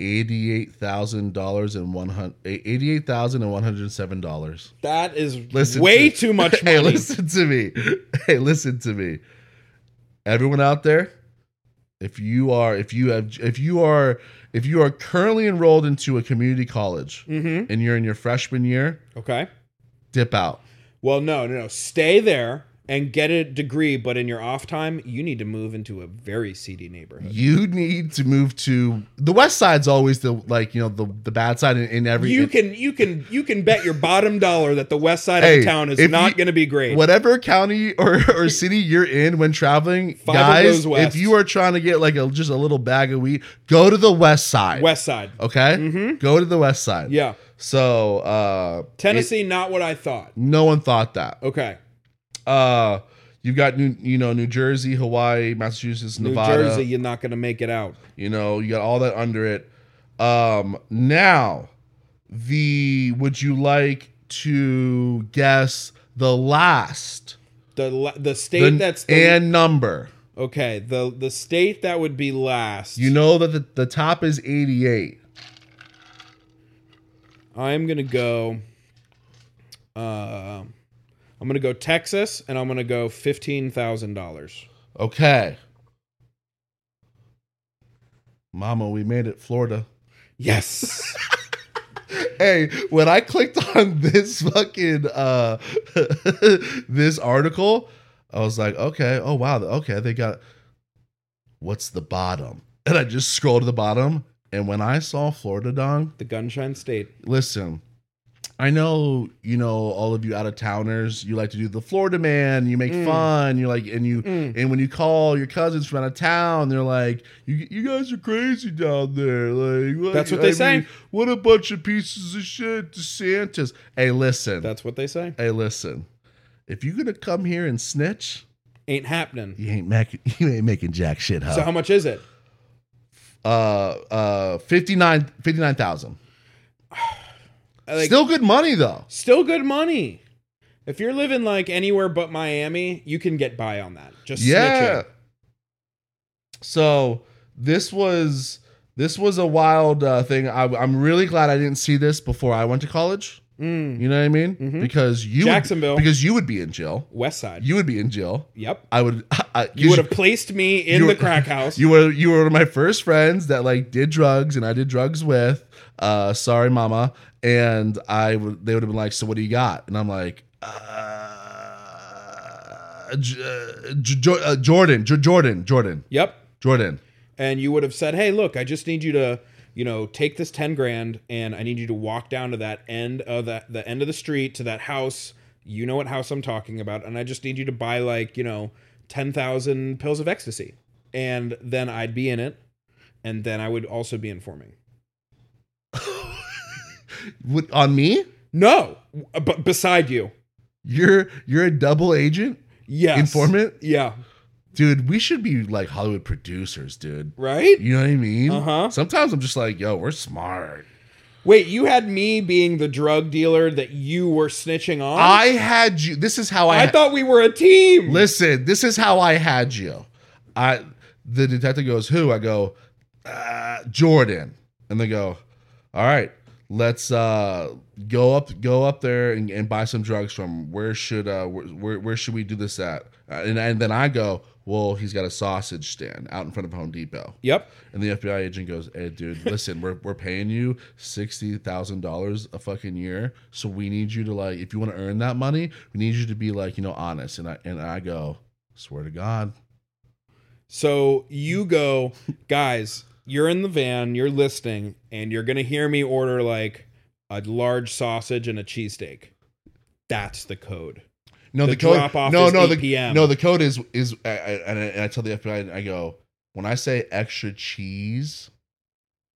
A: eighty-eight thousand dollars and one hundred eighty-eight thousand and one hundred seven dollars.
B: That is
A: Listen
B: way
A: to- *laughs*
B: too much money.
A: Hey, listen to me. Hey, listen to me. Everyone out there, if you are if you have if you are if you are currently enrolled into a community college
B: Mm-hmm.
A: and you're in your freshman year,
B: Okay.
A: dip out.
B: Well, no, no, no. Stay there and get a degree, but in your off time, you need to move into a very seedy neighborhood.
A: You need to move to the west side's always the like you know the the bad side in, in every
B: You can you can you can bet your bottom dollar that the west side of
A: Hey,
B: the town is
A: if
B: not
A: you-
B: going to be great.
A: whatever county or,
B: *laughs*
A: or city you're in when traveling,
B: Five of
A: guys,
B: those west.
A: if you are trying to get like a just a little bag of wheat, go to the west side.
B: West side.
A: Okay, go to the west side.
B: Mm-hmm. Yeah.
A: So uh,
B: Tennessee not what I thought.
A: no one thought that.
B: Okay.
A: Uh, you've got new, you know New Jersey, Hawaii, Massachusetts,
B: New
A: Nevada.
B: Jersey you're not going to make it out.
A: You know, you got all that under it. Um, now, the would you like to guess the last
B: The la- the
A: the,
B: state that's the,
A: and number?
B: okay, the the state that would be last.
A: You know that the, the top is 88.
B: I'm gonna go. Uh, I'm gonna go Texas, and I'm gonna go fifteen thousand dollars.
A: Okay. Mama, we made it, Florida.
B: Yes.
A: Hey, when I clicked on *laughs* this fucking uh *laughs* this article, I was like, okay, oh wow, okay, they got what's the bottom? And I just scrolled to the bottom, and when I saw Florida Dong,
B: *laughs* the Gunshine State.
A: listen, I know, you know, all of you out of towners, you like to do the Florida man, you make
B: Mm.
A: fun, you like and you
B: Mm.
A: and when you call your cousins from out of town, they're like, "You, you guys are crazy down there." Like,
B: That's what they say.
A: What a bunch of pieces of shit, DeSantis. Hey, listen.
B: That's what they say.
A: hey, listen. If you're gonna come here and snitch,
B: Ain't happening.
A: you ain't making *laughs* you ain't making jack shit, huh?
B: So how much is it?
A: uh, uh, fifty nine, fifty nine thousand.
B: *sighs* Like, still,
A: Still good money though.
B: good money. If you're living like anywhere but Miami, you can get by on that. Just
A: Yeah.
B: snitching.
A: So this was this was a wild uh, thing. I, I'm really glad I didn't see this before I went to college.
B: Mm.
A: You know what I mean?
B: Mhm.
A: Because you
B: Jacksonville.
A: would, because you would be in jail.
B: West Side.
A: You would be in jail.
B: yep.
A: I would. *laughs* I, I-
B: You would have placed
A: *laughs*
B: me in
A: you
B: the
A: were-
B: crack house.
A: You were you were one of my first friends that like did drugs and I did drugs with. Uh, sorry, mama. And I would they would have been like, so what do you got? And I'm like, uh, J- uh, J- Jo- uh, Jordan, J- Jordan, Jordan,
B: yep.
A: Jordan.
B: and you would have said, "Hey, look, I just need you to, you know, take this 10 grand and I need you to walk down to that end of that the end of the street to that house. You know what house I'm talking about, and I just need you to buy like, you know, 10,000 pills of ecstasy." And then I'd be in it, and then I would also be informing.
A: What, on me?
B: No, but beside you.
A: You're you're a double agent
B: Yes.
A: informant,
B: Yeah.
A: dude. We should be like Hollywood producers, dude.
B: Right?
A: You know what I mean?
B: Uh-huh.
A: Sometimes I'm just like, yo, we're smart.
B: Wait, you had me being the drug dealer that you were snitching on?
A: I had you. This is how I,
B: I thought we were a team.
A: listen. This is how I had you. I the detective goes, who? I go, uh, Jordan, and they go, all right, let's uh, go up, go up there and, and buy some drugs from. him. Where should uh, where, where, where should we do this at? Uh, and and then I go, well, he's got a sausage stand out in front of Home Depot.
B: Yep.
A: And the FBI agent goes, "Hey, dude, listen, we're we're paying you sixty thousand dollars a fucking year, so we need you to like, if you want to earn that money, we need you to be like, you know, honest." And I and I go, "Swear to God,
B: So you go, guys, you're in the van, you're listening, and you're going to hear me order like a large sausage and a cheesesteak. That's the code.
A: no,
B: The
A: the, code,
B: drop off
A: no,
B: is
A: no,
B: 8
A: the
B: PM.
A: no, the code is is." I, I, and, I, and I tell the FBI, I go, "When I say extra cheese,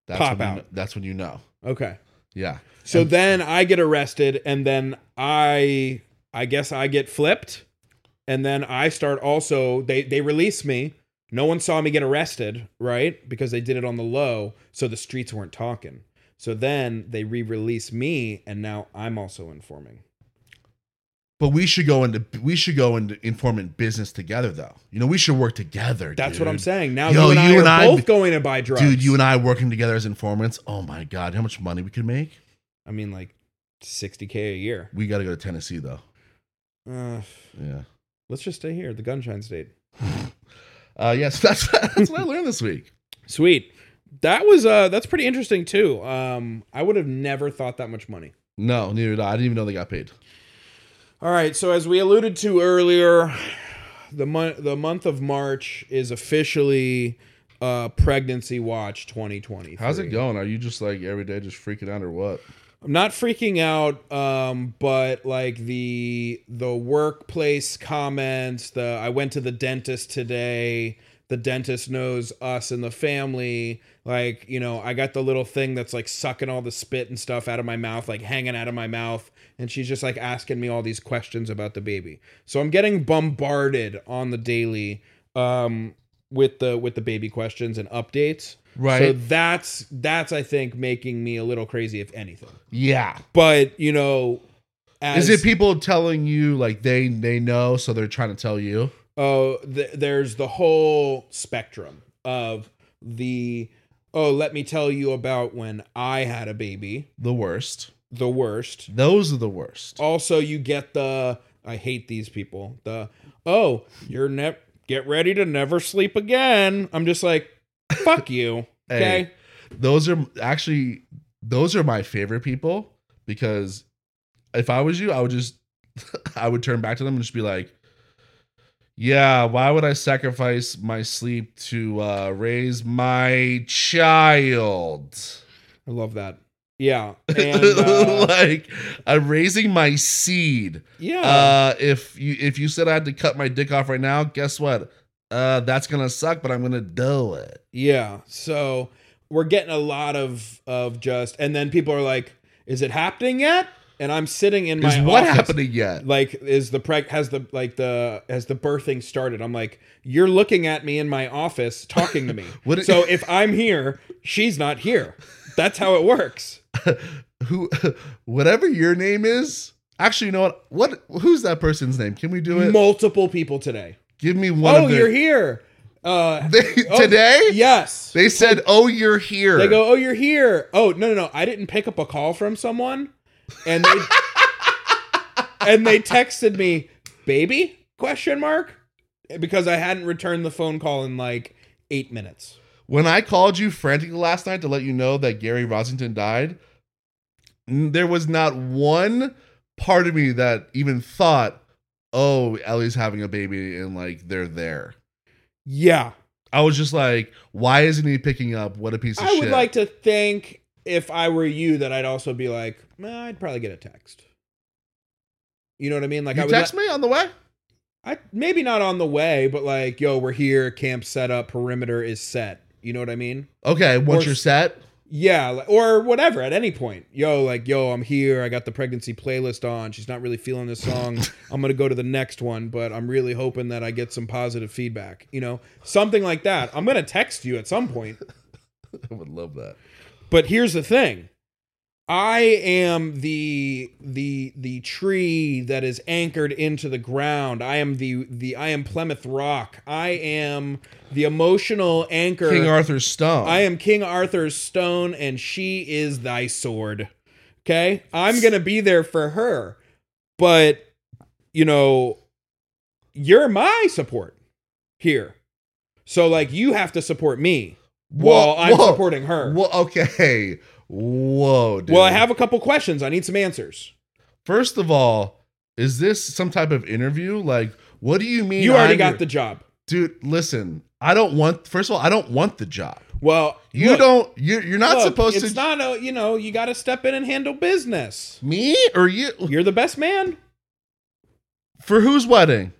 A: that's
B: Pop
A: when you
B: out.
A: kn- that's when you know,
B: Okay.
A: yeah."
B: So
A: And-
B: then I get arrested and then I I guess I get flipped, and then I start also. They they release me. No one saw me get arrested, right? Because they did it on the low, so the streets weren't talking. So then they re-release me, and now I'm also informing.
A: But we should go into we should go into informant business together, though. You know, we should work together.
B: That's
A: dude.
B: what I'm saying. Now
A: Yo,
B: you and I
A: you
B: are
A: and I-
B: both going to buy drugs,
A: dude. You and I working together as informants. Oh my god, how much money we could make?
B: I mean, like sixty k a year.
A: We got to go to Tennessee though.
B: Uh,
A: Yeah.
B: let's just stay here, the Gunshine State.
A: Uh, yes, *laughs* that's that's what I learned this week.
B: Sweet. That was uh that's pretty interesting too. Um I would have never thought that much money.
A: No, neither did I. I didn't even know they got paid.
B: All right, so as we alluded to earlier, the month the month of March is officially uh pregnancy watch 2020.
A: How's it going? Are you just like every day just freaking out or what?
B: I'm not freaking out um but like the the workplace comments, the I went to the dentist today. The dentist knows us and the family. Like, you know, I got the little thing that's like sucking all the spit and stuff out of my mouth, like hanging out of my mouth, and she's just like asking me all these questions about the baby. So I'm getting bombarded on the daily um with the with the baby questions and updates. So
A: Right.
B: that's that's I think making me a little crazy if anything.
A: Yeah.
B: But you know, as,
A: Is it people telling you like they they know, so they're trying to tell you?
B: oh, th- there's the whole spectrum of the oh, let me tell you about when I had a baby,
A: The worst.
B: the worst.
A: Those are the worst.
B: Also, you get the I hate these people. The oh, you're ne- get ready to never sleep again. I'm just like, fuck you.
A: *laughs* Hey.
B: Okay.
A: Those are actually those are my favorite people because if I was you, I would just *laughs* I would turn back to them and just be like, "Yeah, why would I sacrifice my sleep to uh, raise my child?"
B: I love that. Yeah.
A: *laughs*
B: And, uh,
A: like I'm raising my seed.
B: yeah.
A: Uh, if you if you said I had to cut my dick off right now, guess what? Uh, that's gonna suck, but I'm gonna do it.
B: Yeah. So we're getting a lot of of just and then people are like, is it happening yet? And I'm sitting in my
A: Is what
B: office,
A: happening yet?
B: Like is the preg has the like the has the birthing started? I'm like, you're looking at me in my office talking to me.
A: *laughs* What it-
B: so if I'm here, she's not here. That's how it works.
A: Who, *laughs* whatever your name is. Actually, you know what? What? Who's that person's name? Can we do it?
B: Multiple people today.
A: Give me one.
B: Oh,
A: of their, *laughs*
B: you're here. Uh
A: They,
B: oh,
A: today.
B: Yes.
A: They said, "Oh, you're here."
B: They go, "Oh, you're here." Oh, no, no, no. I didn't pick up a call from someone, and they *laughs* and they texted me, "Baby?" question mark because I hadn't returned the phone call in like 8 minutes.
A: When I called you frantically last night to let you know that Gary Rosington died, n- there was not one part of me that even thought, "Oh, Ellie's having a baby and like they're there."
B: Yeah.
A: I was just like, "Why isn't he picking up? What a piece of
B: I
A: shit!"
B: would like to think if I were you that I'd also be like, "Eh, "I'd probably get a text." You know what I mean? Like I
A: you
B: would
A: text me on the way.
B: I maybe not on the way, but like, "Yo, we're here, camp set up, perimeter is set." You know what I mean?
A: Okay, once
B: Or-
A: you're set, *laughs*
B: Yeah, like- or whatever at any point. Yo, like, yo, I'm here. I got the pregnancy playlist on. She's not really feeling this song. I'm going to go to the next one, but I'm really hoping that I get some positive feedback, you know? Something like that. I'm going to text you at some point.
A: I would love that.
B: But here's the thing. I am the the the tree that is anchored into the ground. I am the the I am Plymouth Rock. I am the emotional anchor
A: King Arthur Stone.
B: I am King Arthur's stone, and she is thy sword. Okay, I'm gonna be there for her, but you know, you're my support here. So like, you have to support me while I'm
A: whoa,
B: supporting her.
A: Whoa, okay. Whoa, dude.
B: well, I have a couple questions. I need some answers.
A: First of all, is this some type of interview? Like, what do you mean?
B: You already
A: I'm
B: got
A: your-
B: the job.
A: dude. Listen, I don't want. First of all, I don't want the job.
B: Well,
A: You
B: look,
A: don't. You're, you're not
B: look,
A: supposed
B: it's
A: to.
B: not a. You know, you got to step in and handle business.
A: me or you
B: You're the best man
A: for whose wedding?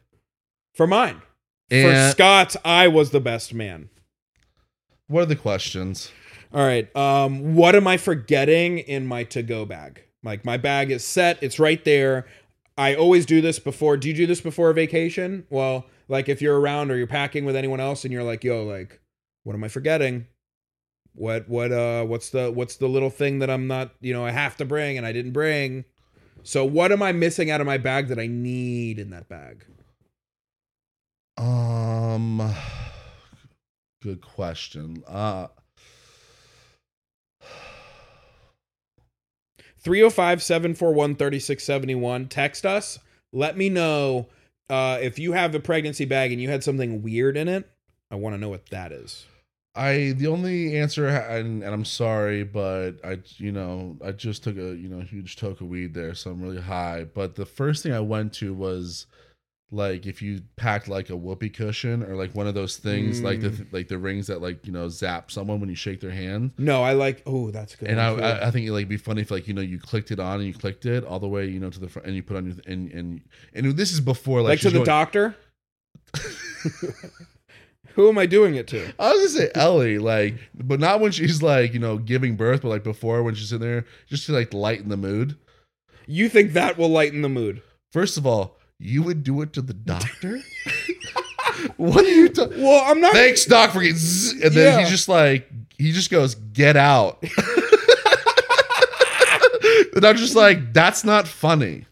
B: for mine. for
A: And
B: Scott's, I was the best man.
A: what are the questions?
B: All right. Um, what am I forgetting in my to-go bag? Like my bag is set, it's right there. I always do this before. Do you do this before a vacation? Well, like if you're around or you're packing with anyone else and you're like, "Yo, like what am I forgetting? What what uh what's the what's the little thing that I'm not, you know, I have to bring and I didn't bring?" So what am I missing out of my bag that I need in that bag?
A: Um, *sighs* good question. Uh,
B: 305 741 3671. Text us. Let me know uh, if you have a pregnancy bag and you had something weird in it. I want to know what that is.
A: I the only answer, and, and I'm sorry, but I you know I just took a you know huge toke of weed there, so I'm really high. But the first thing I went to was like if you packed like a whoopee cushion or like one of those things like
B: Mm.
A: the like the rings that like you know zap someone when you shake their hand.
B: No, I like, oh, that's a good.
A: And
B: one,
A: I,
B: too.
A: I, I think it like be funny if like you know you clicked it on and you clicked it all the way you know to the front and you put on your and and and this is before like,
B: like to
A: she's
B: the
A: going- *laughs*
B: doctor? Who am I doing it to?
A: I was gonna say Ellie like but not when she's like you know giving birth but like before when she's in there just to like lighten the mood.
B: You think that will lighten the mood?
A: First of all, you would do it to the doctor. *laughs* what are you? Ta-
B: Well, I'm not.
A: Thanks, doc, for getting. zzz. And then
B: Yeah.
A: he's just like he just goes get out. *laughs* and I'm just like that's not funny.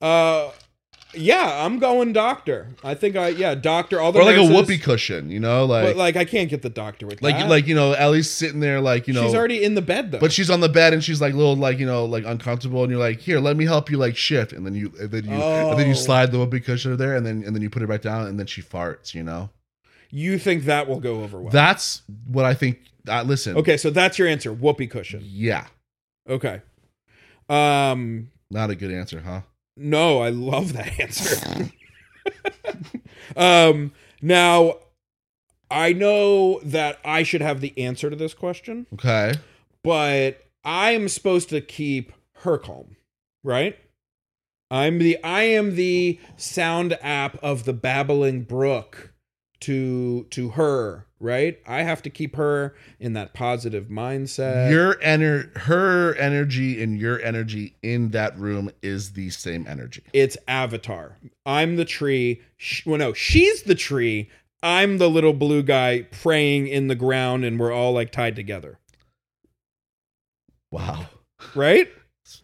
B: Uh, yeah, I'm going doctor. I think I yeah doctor. All the
A: Or like a
B: nurses-
A: whoopee cushion, you know, like
B: But like I can't get the doctor with
A: like
B: that.
A: like you know ellie's sitting there like you know
B: she's already in the bed though.
A: but she's on the bed and she's like little like you know like uncomfortable and you're like here let me help you like shift and then you and then you and then
B: Oh.
A: you slide the whoopee cushion there and then and then you put it back down and then she farts you know
B: you think that will go over well?
A: that's what i think uh, listen
B: okay, so that's your answer. Whoopee cushion.
A: yeah
B: Okay. Um.
A: not a good answer huh
B: No, I love that answer. *laughs* um. Now, I know that I should have the answer to this question,
A: okay
B: but I am supposed to keep her calm, right? I'm the I am the sound app of the babbling brook to to her, right? I have to keep her in that positive mindset.
A: your ener her energy and your energy in that room is the same energy
B: it's Avatar. I'm the tree. Sh- well, no, she's the tree. I'm the little blue guy praying in the ground, and we're all like tied together,
A: wow
B: right?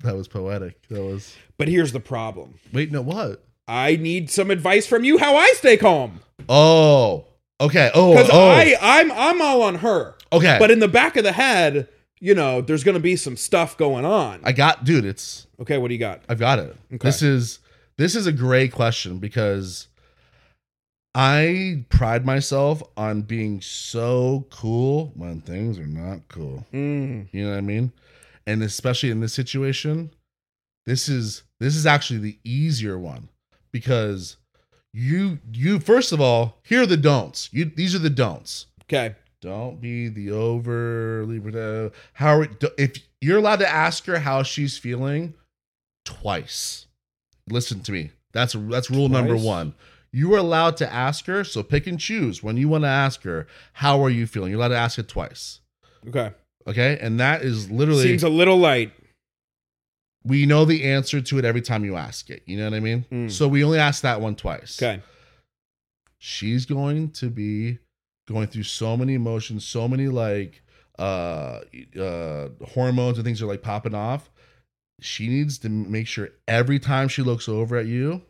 A: that was poetic that was
B: But here's the problem.
A: wait no what
B: I need some advice from you how I stay calm.
A: oh okay oh,
B: Because
A: oh.
B: I I'm I'm all on her.
A: okay
B: But in the back of the head, you know, there's gonna be some stuff going on.
A: I got, dude. It's
B: okay, what do you got?
A: I've got it.
B: Okay.
A: This is this is a great question because I pride myself on being so cool when things are not cool.
B: Mm.
A: You know what I mean? And especially in this situation, this is this is actually the easier one because you you first of all here are the don'ts. You these are the don'ts.
B: Okay.
A: Don't be the overly protective. How are- do- if you're allowed to ask her how she's feeling twice? Listen to me. That's that's rule number
B: Twice?
A: one. You are allowed to ask her, so pick and choose when you want to ask her. How are you feeling? You're allowed to ask it twice.
B: Okay.
A: Okay, and that is literally
B: Seems a little light.
A: we know the answer to it every time you ask it. You know what I mean?
B: Mm.
A: So we only ask that one twice.
B: Okay.
A: she's going to be going through so many emotions, so many like uh uh hormones and things are like popping off. She needs to make sure every time she looks over at you,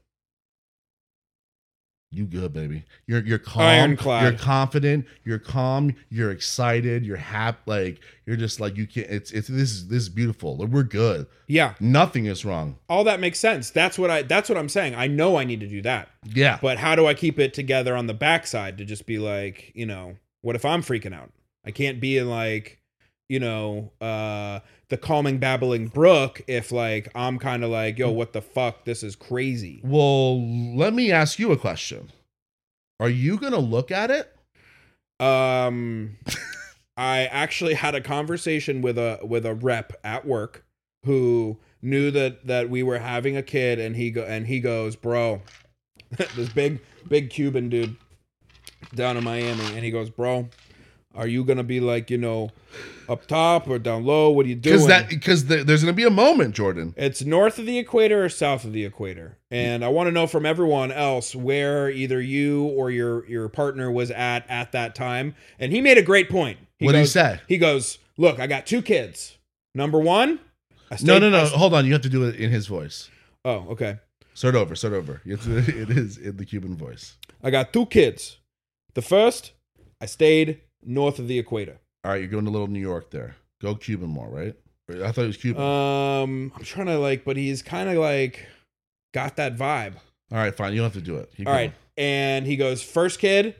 A: you good, baby. You're you're calm,
B: Ironclad.
A: you're confident, you're calm, you're excited, you're happy, like you're just like you can't it's it's this is this is beautiful. We're good.
B: Yeah.
A: Nothing is wrong.
B: All that makes sense. That's what I that's what I'm saying. I know I need to do that.
A: Yeah.
B: But how do I keep it together on the backside to just be like, you know, what if I'm freaking out? I can't be in like, you know, uh the calming babbling brook if like I'm kind of like, yo, what the fuck? This is crazy.
A: Well, let me ask you a question. Are you gonna look at it?
B: Um, *laughs* I actually had a conversation with a with a rep at work who knew that that we were having a kid, and he go and he goes, bro, *laughs* this big big Cuban dude down in Miami, and he goes, bro, Are you gonna be like you know, up top or down low? What are you doing?
A: Because that because the, there's gonna be a moment, Jordan.
B: It's north of the equator or south of the equator. And I want to know from everyone else where either you or your your partner was at at that time. And he made a great point.
A: What did he
B: goes-
A: say?
B: He goes, "Look, I got two kids. Number one, I
A: no,
B: stayed-
A: no, no.
B: I-
A: Hold on. You have to do it in his voice.
B: oh, okay.
A: Start over. Start over. *laughs* You have to, it is in the Cuban voice.
B: I got two kids. The first, I stayed north of the equator.
A: All right, you're going to Little New York there. Go Cuban more, right? I thought it was Cuban.
B: Um, I'm trying to like, but he's kind of like got that vibe.
A: all right, fine. You don't have to do it. You
B: All
A: go.
B: right. And he goes, first kid,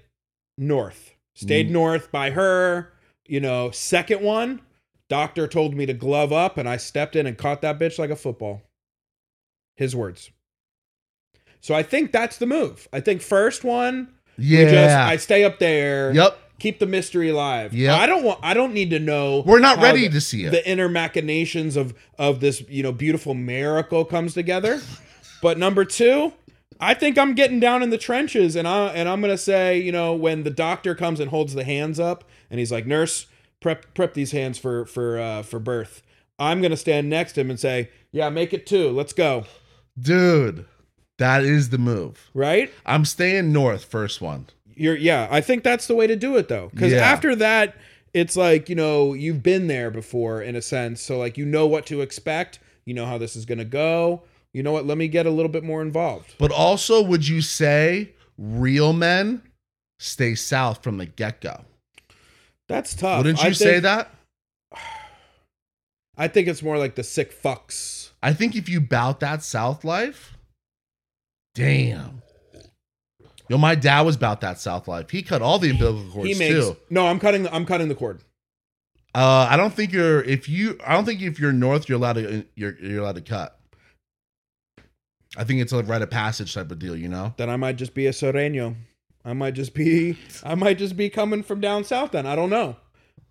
B: north. Stayed
A: Mm.
B: north by her. You know, second one, doctor told me to glove up and I stepped in and caught that bitch like a football. His words. So I think that's the move. I think first one, we just I
A: Yeah.
B: stay up there.
A: yep.
B: Keep the mystery alive.
A: Yep.
B: I don't want I don't need to know
A: We're not
B: how
A: ready
B: the-
A: to see it.
B: the inner machinations of of this you know beautiful miracle comes together but number two i think i'm getting down in the trenches and i and i'm gonna say you know when the doctor comes and holds the hands up and he's like nurse prep prep these hands for for uh for birth i'm gonna stand next to him and say yeah make it two let's go
A: Dude, that is the move.
B: right
A: I'm staying north, first one.
B: you're yeah i think that's the way to do it though because
A: Yeah.
B: after that it's like you know you've been there before in a sense so like you know what to expect you know how this is gonna go you know what let me get a little bit more involved
A: But also, would you say real men stay south from the get go?
B: that's tough
A: Wouldn't you
B: Uh, I
A: say
B: think-
A: that?
B: i think it's more like the sick fucks
A: I think if you bout that South life, damn. Yo, my dad was about that South life. He cut all the umbilical cords
B: he makes
A: too.
B: no i'm cutting the, i'm cutting the cord
A: Uh, I don't think you're if you. I don't think if you're North, you're allowed to uh, you're you're allowed to cut. I think it's a rite of passage type of deal, you know.
B: then i might just be a sereno i might
A: *laughs*
B: just be i might just be coming from down south then i don't know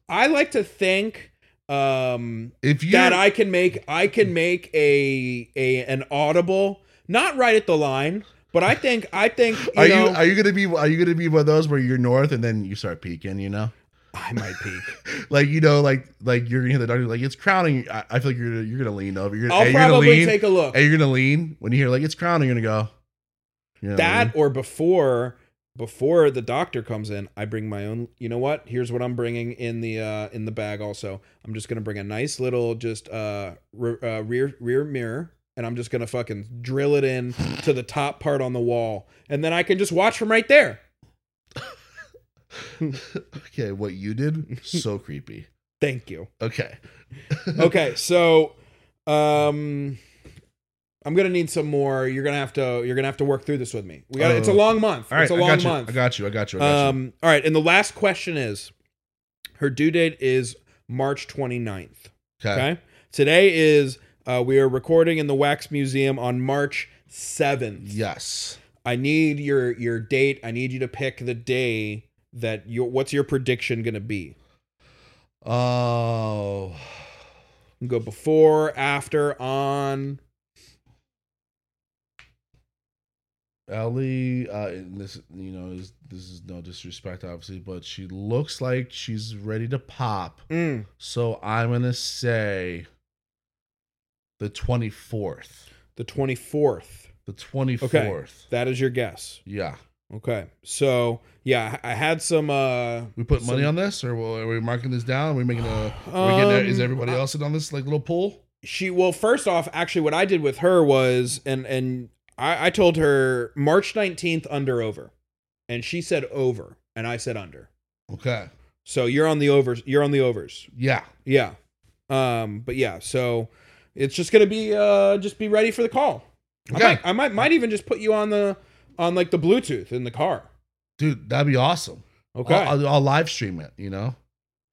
B: i like to think um
A: If you
B: that I can make I can make a a an audible not right at the line but I think I think you
A: are
B: know
A: you are you gonna be are you gonna be one of those where you're North and then you start peeking, you know,
B: I might
A: *laughs*
B: peak
A: like you know, like like you're gonna hit the doctor like it's crowning. I, I feel like you're gonna, you're gonna lean over. You're,
B: I'll
A: hey, you're gonna
B: probably
A: lean.
B: take a look
A: Hey, you're gonna lean when you hear like it's crowning. You're gonna go. You know what I mean?
B: that or before before the doctor comes in I bring my own you know what here's what I'm bringing in the uh in the bag also I'm just going to bring a nice little just uh, re- uh rear rear mirror and I'm just going to fucking drill it in to the top part on the wall and then I can just watch from right there
A: *laughs* okay, what you did so creepy.
B: thank you
A: Okay,
B: okay, so um I'm gonna need some more. You're gonna have to you're gonna have to work through this with me. We got to it's a
A: Oh.
B: long month.
A: all right.
B: it's a
A: I
B: long
A: got you.
B: month.
A: I got you. I got you. I got you.
B: um all right, and the last question is her due date is March 29th.
A: Okay.
B: Okay. Today is uh we are recording in the Wax Museum on March 7th.
A: Yes.
B: I need your your date. I need you to pick the day that your what's your prediction gonna be?
A: Oh.
B: You can Go before, after, on.
A: Ellie, uh, and this you know is this is no disrespect, obviously, but she looks like she's ready to pop.
B: Mm.
A: So I'm gonna say the 24th.
B: The 24th.
A: The 24th.
B: That is your guess.
A: Yeah,
B: Okay. So, yeah, I I had some uh
A: we put money
B: Some-
A: on this, or are we marking this down? Are we making a? are we getting a- is
B: Um,
A: everybody
B: I-
A: else in on this like little pool?
B: she well, first off, actually what I did with her was and and I I told her March 19th under over. And she said over and I said under.
A: Okay.
B: So, you're on the overs. You're on the overs.
A: Yeah.
B: Yeah. Um but yeah, so it's just going to be uh just be ready for the call.
A: Okay.
B: I might I might, might even just put you on the on like the Bluetooth in the car.
A: Dude, that'd be awesome.
B: Okay.
A: I'll, I'll, I'll live stream it. You know,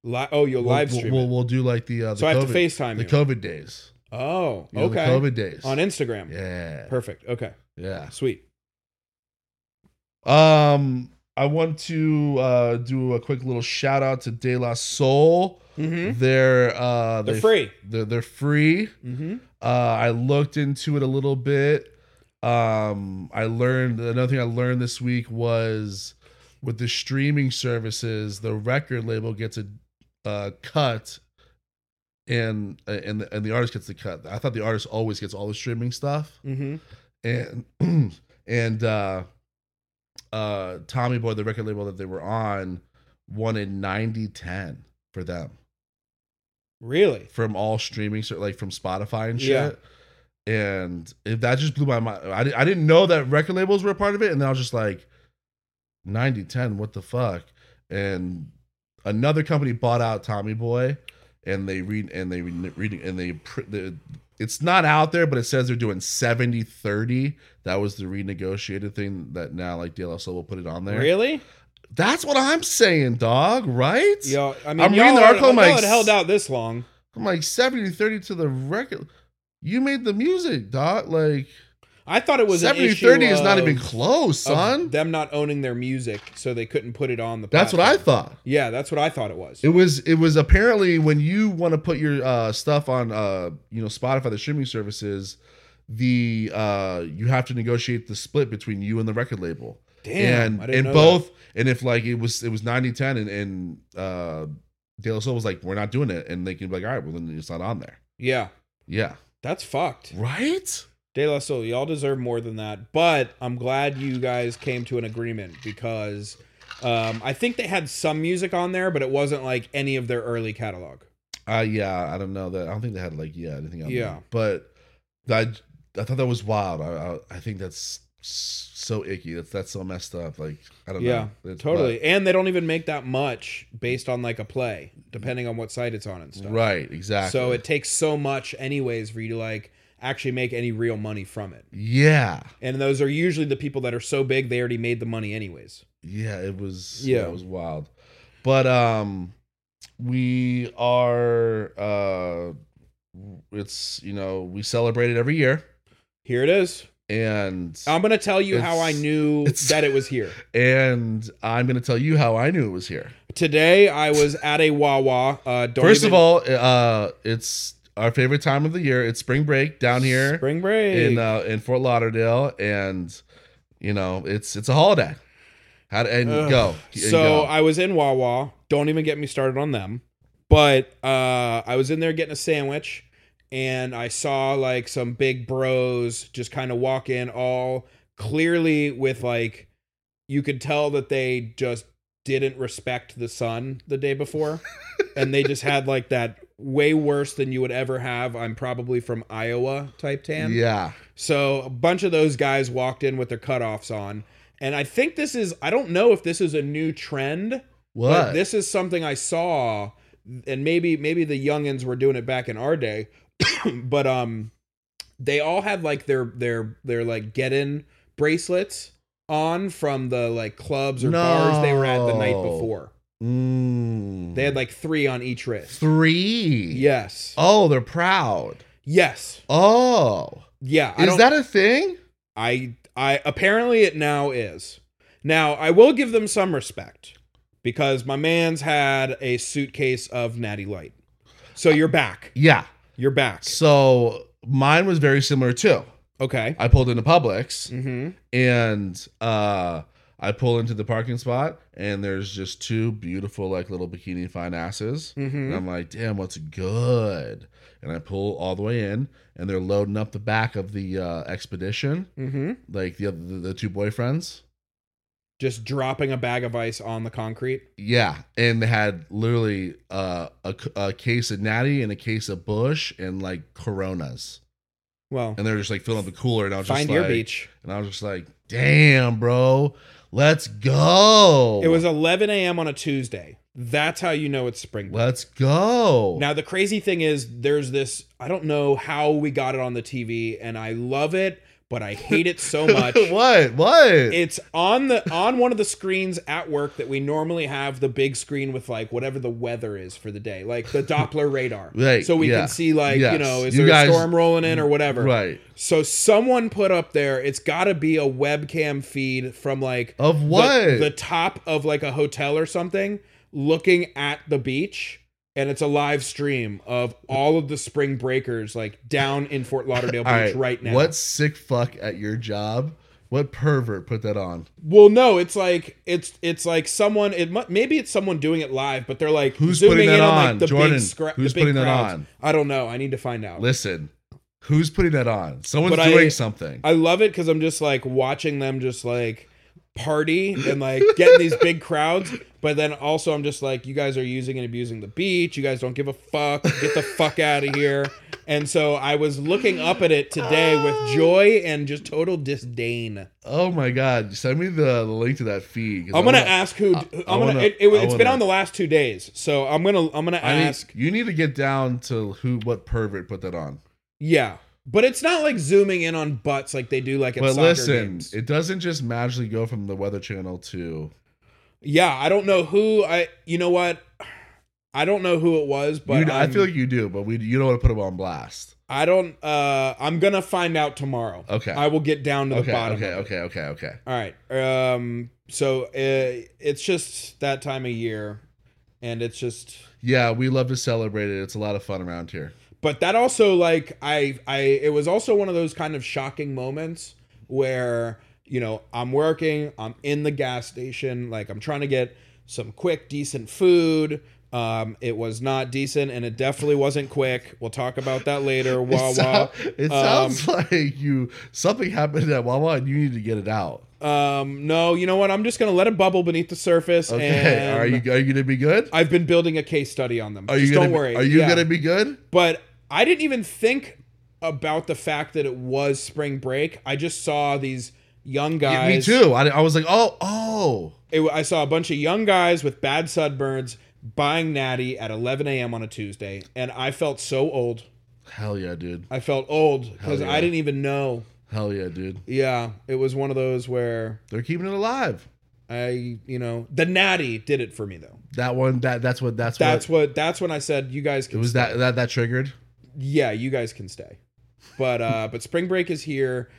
B: Li- oh, you'll
A: We'll-
B: live
A: we'll-
B: stream. it.
A: We'll, we'll do like the uh, the
B: so I
A: COVID,
B: have to FaceTime
A: the
B: you.
A: COVID days.
B: Oh,
A: You know,
B: okay.
A: The COVID days.
B: On Instagram.
A: yeah.
B: Perfect. Okay.
A: Yeah.
B: Sweet.
A: Um, I want to uh, do a quick little shout out to De La Soul.
B: Mm-hmm.
A: They're uh,
B: They're
A: they-
B: free.
A: They're they're free.
B: Mm-hmm.
A: Uh, I looked into it a little bit. Um, I learned another thing I learned this week was with the streaming services, the record label gets a uh, cut, and and the, and the artist gets the cut. I thought the artist always gets all the streaming stuff,
B: Mm-hmm.
A: and *clears throat* and uh, uh, Tommy Boy, the record label that they were on, wanted 90-10 for them
B: Really?
A: from all streaming, so like from Spotify and shit.
B: Yeah.
A: And it, that just blew my mind. I, di- I didn't know that record labels were a part of it. And then I was just like, 90 10, what the fuck? And another company bought out Tommy Boy and they read and they read and they, pr- the it's not out there, but it says they're doing 70 30. That was the renegotiated thing that now like DLSO will put it on there.
B: Really?
A: That's what I'm saying, dog, right?
B: Yo, I mean,
A: I'm
B: y'all
A: reading the
B: are-
A: article, I'm
B: y'all
A: like,
B: had held out this long.
A: I'm like 70 30 to the record. You made the music, dog. Like
B: I thought it was
A: 70
B: an
A: 30
B: issue
A: is not
B: of-
A: even close,
B: of
A: son.
B: Them not owning their music, so they couldn't put it on the.
A: That's what I
B: platform.
A: thought.
B: Yeah, that's what I thought it was.
A: It was it was apparently when you want to put your uh, stuff on uh, you know Spotify the streaming services, the uh, you have to negotiate the split between you and the record label.
B: Damn,
A: and
B: I didn't
A: and
B: know
A: both and if like it was it was 90 10 and, and uh De La Soul was like, We're not doing it and they can be like, All right, well then it's not on there.
B: that. Yeah,
A: Yeah.
B: that's fucked.
A: Right?
B: De La Soul, y'all deserve more than that. But I'm glad you guys came to an agreement because um, I think they had some music on there, but it wasn't like any of their early catalog.
A: Uh yeah, I don't know that. I don't think they had like yeah anything. On
B: Yeah.
A: there. but that I thought that was wild. I I, I think that's s- so icky. That's that's so messed up. Like I don't
B: Yeah,
A: know. It's-
B: Totally. And they don't even make that much based on like a play, depending on what site it's on and
A: but-
B: stuff.
A: right. Exactly.
B: So it takes so much, anyways, for you to like actually make any real money from it.
A: Yeah.
B: And those are usually the people that are so big they already made the money, anyways.
A: Yeah. It was.
B: Yeah.
A: Yeah. It was wild. But um, we are uh, it's you know we celebrate it every year
B: Here it is.
A: and
B: I'm gonna tell you how I
A: It's-
B: knew
A: it's-
B: that it was here.
A: and I'm gonna tell you how I knew it was here.
B: Today I was at a Wawa. Uh, don't
A: First
B: even-
A: of all, uh, it's our favorite time of the year. It's spring break down here
B: spring break.
A: in uh, in Fort Lauderdale, and you know it's it's a holiday. How to, and
B: Ugh.
A: go. And
B: so
A: go.
B: I was in Wawa. Don't even get me started on them. But uh, I was in there getting a sandwich, and I saw like some big bros just kind of walk in, all clearly with like, you could tell that they just didn't respect the sun the day before, and they just had like that way worse than you would ever have. I'm probably from Iowa type tan.
A: yeah,
B: So a bunch of those guys walked in with their cutoffs on. And I think this is, I don't know if this is a new trend, but
A: what?
B: this is something I saw. And maybe, maybe the youngins were doing it back in our day, *coughs* but, um, they all had like their, their, their like get in bracelets on from the like clubs or bars they were at the night
A: No.
B: before.
A: Mm.
B: They had like three on each wrist.
A: three.
B: Yes.
A: Oh, they're proud.
B: Yes.
A: Oh,
B: Yeah. I
A: is
B: don't-
A: that a thing?
B: I I apparently it now is. Now I will give them some respect because my man's had a suitcase of Natty Light. So you're back.
A: Yeah.
B: You're back.
A: So mine was very similar too.
B: Okay.
A: I pulled into Publix.
B: Mm-hmm.
A: and uh I pull into the parking spot and there's just two beautiful like little bikini fine asses. And
B: Mm-hmm.
A: I'm like, damn, what's good? And I pull all the way in and they're loading up the back of the uh expedition,
B: Mm-hmm.
A: like the other the, the two boyfriends.
B: Just dropping a bag of ice on the concrete.
A: Yeah, and they had literally uh, a, c- a case of Natty and a case of Bush and like Coronas,
B: Well,
A: and they're just like filling up the cooler. And I was
B: find
A: just
B: your
A: like,
B: beach.
A: and I was just like, damn, bro, let's go.
B: It was 11 a.m. on a Tuesday. That's how you know it's spring break.
A: Let's go. *laughs*
B: Now the crazy thing is there's this I don't know how we got it on the TV and I love it, but I hate
A: *laughs*
B: it so much.
A: what? What?
B: it's on the on one of the screens at work that we normally have the big screen with like whatever the weather is for the day, like the Doppler radar.
A: *laughs* Right,
B: So we
A: yeah.
B: can see like, you
A: Yes.
B: know, is
A: You
B: there
A: guys-
B: a storm rolling in or whatever.
A: right.
B: So someone put up there, it's gotta be a webcam feed from like
A: Of
B: the-
A: Uh, what?
B: The, top of like a hotel or something, looking at the beach, and it's a live stream of all of the spring breakers like down in Fort Lauderdale Beach
A: All right.
B: right now.
A: What sick fuck at your job What pervert put that on?
B: Well, no, it's like it's it's like someone. It mu- maybe it's someone doing it live, but they're like
A: Who's
B: zooming
A: putting that
B: in on,
A: on?
B: like, the
A: Jordan,
B: big scra-
A: who's
B: the big
A: putting that
B: crowds.
A: on?
B: I don't know. I need to find out.
A: Listen, who's putting that on? Someone's
B: But I-
A: doing something.
B: I love it because I'm just like watching them just like party and like getting these big crowds. But then also I'm just like, you guys are using and abusing the beach. You guys don't give a fuck. Get the fuck out of here. And so I was looking up at it today with joy and just total disdain.
A: oh my god! Send me the, the link to that feed. 'cause
B: I'm
A: I
B: gonna
A: wanna-
B: ask who. I'm
A: I
B: gonna.
A: wanna-
B: It, it,
A: I
B: has been
A: wanna-
B: on the last two days, so I'm gonna. I'm gonna
A: I need-
B: ask.
A: you need to get down to who, what pervert put that on.
B: yeah, but it's not like zooming in on butts like they do like at
A: But
B: soccer
A: listen,
B: games.
A: it doesn't just magically go from the Weather Channel to
B: Yeah, I don't know who I. You know what? I don't know who it was, but
A: You- I
B: I'm-
A: feel like you do, but we you don't want to put them on blast.
B: I don't. Uh, I'm gonna find out tomorrow.
A: Okay.
B: I will get down to the
A: Okay,
B: bottom.
A: okay,
B: of it.
A: okay, okay, okay.
B: All right. Um. So uh, it's just that time of year, and it's just.
A: Yeah, we love to celebrate it. It's a lot of fun around here. *laughs*
B: But that also like I I it was also one of those kind of shocking moments where you know I'm working, I'm in the gas station, like I'm trying to get some quick decent food. Um, it was not decent, and it definitely wasn't quick. We'll talk about
A: *laughs*
B: that later. Wawa.
A: it sou- it
B: Um,
A: sounds *laughs* like you something happened at Wawa and you need to get it out.
B: Um, no, you know what? I'm just gonna let it bubble beneath the surface.
A: Okay,
B: And
A: are you are you gonna be good?
B: I've been building a case study on them.
A: Are
B: just
A: you gonna
B: don't
A: be-
B: worry.
A: Are you
B: Yeah.
A: gonna be good?
B: But I didn't even think about the fact that it was spring break. I just saw these young
A: Yeah, me
B: guys.
A: too. I, I was like, oh, oh,
B: It, I saw a bunch of young guys with bad sunburns buying natty at 11 a.m. on a Tuesday, and I felt so old.
A: hell yeah, dude,
B: I felt old because
A: Hell yeah.
B: I didn't even know.
A: hell yeah, dude.
B: Yeah, it was one of those where
A: They're keeping it alive.
B: I, you know, the natty did it for me though.
A: That one, that that's what that's,
B: That's
A: what
B: what. That's when I said you guys
A: it
B: can.
A: was. That that that triggered.
B: yeah, you guys can stay. But uh, but spring break is here.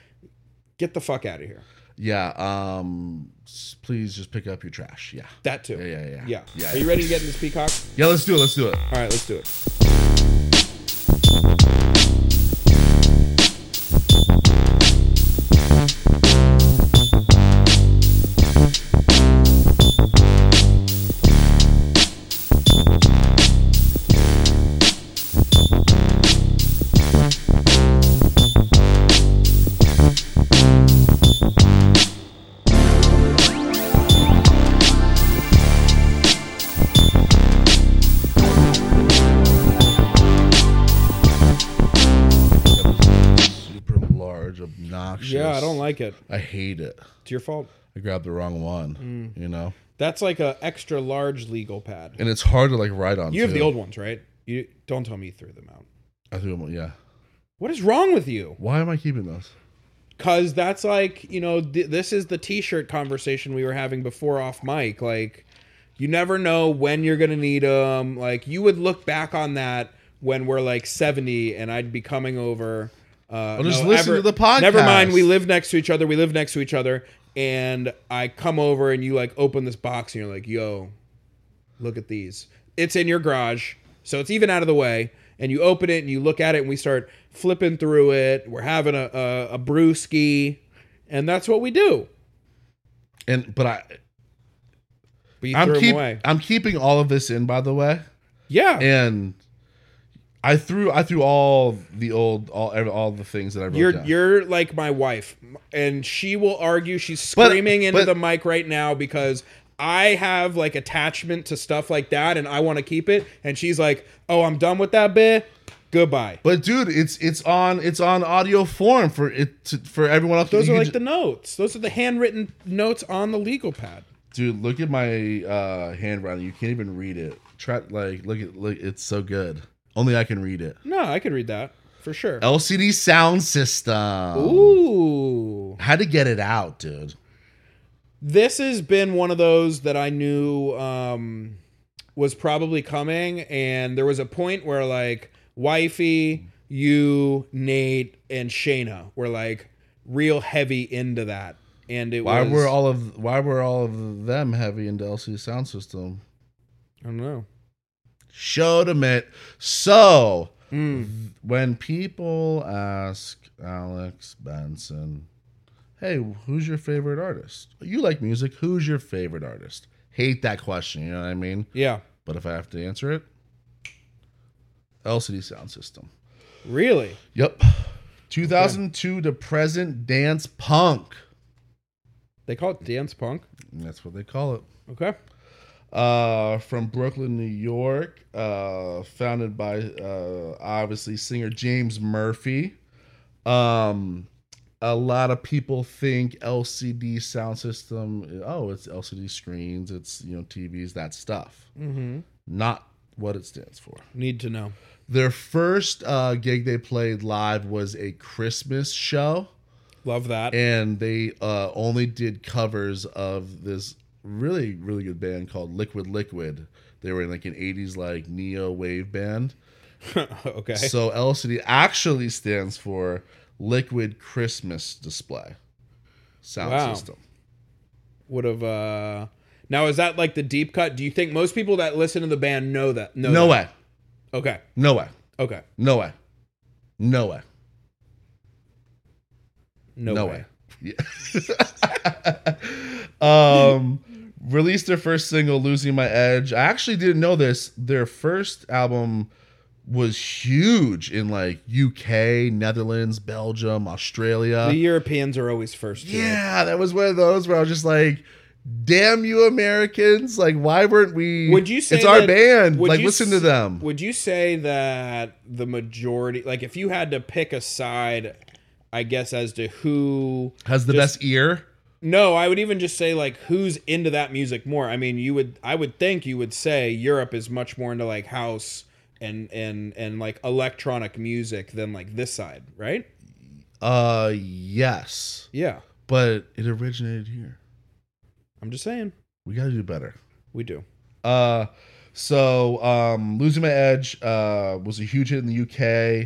B: Get the fuck out of here.
A: Yeah. Um. s- Please just pick up your trash. Yeah.
B: That too.
A: Yeah. Yeah. Yeah.
B: Yeah.
A: Yeah.
B: Are you ready to get in this peacock?
A: Yeah, let's do it. Let's do it.
B: All right, let's do it.
A: That was Super large, obnoxious.
B: Yeah, I don't like it.
A: I hate it.
B: It's your fault.
A: I grabbed the wrong one.
B: Mm.
A: You know,
B: That's like a extra large legal pad.
A: and it's hard to like write on.
B: You have
A: too.
B: the old ones, right? You don't tell me you threw them out.
A: I threw them. Yeah.
B: What is wrong with you?
A: Why am I keeping those?
B: Cuz that's like, you know, th- this is the t-shirt conversation we were having before off mic like you never know when you're going to need them. Like you would look back on that when we're like 70 and I'd be coming over uh,
A: just listen to the podcast.
B: Never mind, we live next to each other. We live next to each other, and I come over and you like open this box and you're like, "Yo, look at these." It's in your garage, so it's even out of the way. And you open it and you look at it and we start flipping through it. We're having a a, a brewski, and that's what we do.
A: And but I,
B: But you
A: I'm
B: threw
A: keep,
B: them away.
A: I'm keeping all of this in. By the way,
B: Yeah,
A: and I threw I threw all the old all every- all the things that I wrote
B: you're
A: down.
B: you're like my wife, and she will argue. She's
A: But-
B: screaming into
A: but-
B: the mic right now because I have like attachment to stuff like that, and I want to keep it. And she's like, "Oh, I'm done with that bit. Goodbye."
A: but dude, it's it's on it's on audio form for it to, for everyone else.
B: Those
A: You
B: are
A: can
B: like
A: ju-
B: the notes. Those are the handwritten notes on the legal pad.
A: dude look at my uh handwriting you can't even read it try like look at look it's so good only i can read it
B: No, I could read that for sure.
A: lcd sound system
B: Ooh,
A: how to get it out dude
B: this has been one of those that I knew um, was probably coming, and there was a point where like wifey, you, Nate, and Shayna were like real heavy into that, and it
A: why
B: was
A: were all of why were all of them heavy into lcd sound system
B: I don't know.
A: showed them it so
B: Mm.
A: when people ask alex benson hey, who's your favorite artist? You like music. Who's your favorite artist? Hate that question. You know what I mean?
B: Yeah.
A: But if I have to answer it, LCD Sound System.
B: Really?
A: Yep. 2002 to present dance punk.
B: They call it dance punk.
A: That's what they call it.
B: Okay.
A: Uh, from Brooklyn, New York, uh, founded by uh, obviously singer James Murphy. Um, a lot of people think LCD sound system. Oh, it's LCD screens. It's you know TVs. That stuff.
B: Mm-hmm.
A: Not what it stands for.
B: Need to know.
A: Their first uh, gig they played live was a Christmas show
B: Love that.
A: and they uh, only did covers of this really really good band called Liquid Liquid. They were in like an '80s like neo wave band.
B: *laughs* okay.
A: So LCD actually stands for Liquid Christmas Display Sound
B: Wow.
A: System.
B: Would have. uh Now is that like the deep cut? Do you think most people that listen to the band know that? Know
A: No
B: that?
A: way,
B: Okay.
A: no way,
B: Okay.
A: no way, no way,
B: No,
A: no
B: way.
A: way. Yeah. *laughs* um, released their first single "Losing My Edge." I actually didn't know this. Their first album was huge in like UK, Netherlands, Belgium, Australia.
B: The Europeans are always first. to it.
A: Uh, Yeah, that was one of those where I was just like, "Damn you, Americans! Like, why weren't we?
B: Would you say
A: it's our
B: that-
A: band?
B: would
A: Like,
B: you
A: listen to
B: s-
A: them."
B: Would you say that the majority, like, if you had to pick a side, I guess as to who
A: Has the
B: just-
A: best ear.
B: No, I would even just say like who's into that music more. I mean, you would I would think you would say Europe is much more into like house and and and like electronic music than like this side, right?
A: Uh, yes,
B: Yeah.
A: but it originated here.
B: I'm just saying.
A: We got to do better.
B: We do.
A: Uh, so um, losing my edge uh, was a huge hit in the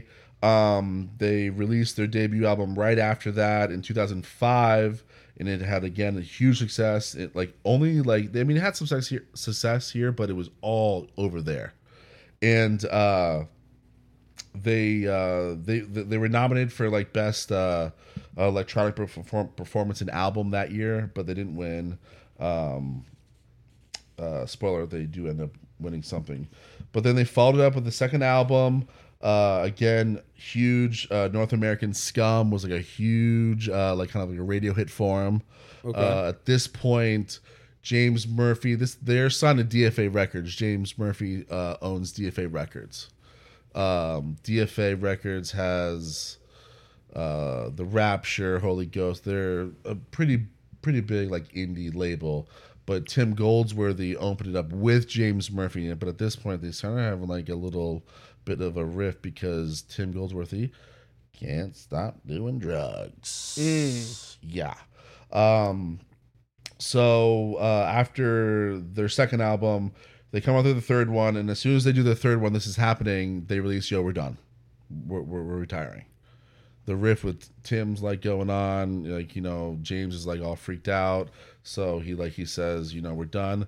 A: UK. Um, they released their debut album right after that in 2005, and it had again a huge success. It like only like I mean it had some success here, success here, but it was all over there, and uh, they uh, they they were nominated for like best uh, electronic perform- performance and album that year, but they didn't win uh, spoiler, they do end up winning something. But then they followed it up with the second album. Uh, again, huge uh, North American Scum was like a huge, uh, like kind of like a radio hit for him. Uh, at this point, James Murphy, this they're signed to DFA Records. James Murphy uh, owns DFA Records. Um, DFA Records has uh, the Rapture, Holy Ghost. They're a pretty pretty big like indie label, but Tim Goldsworthy opened it up with James Murphy in it. But at this point, they started having like a little bit of a rift because Tim Goldsworthy can't stop doing drugs. Yeah. Um, so uh, after their second album, they come out with the third one, and as soon as they do the third one, this is happening. They release, "Yo, we're done. We're, we're, we're retiring." The riff with Tim's like going on, like you know, James is like all freaked out, so he like he says, you know, we're done.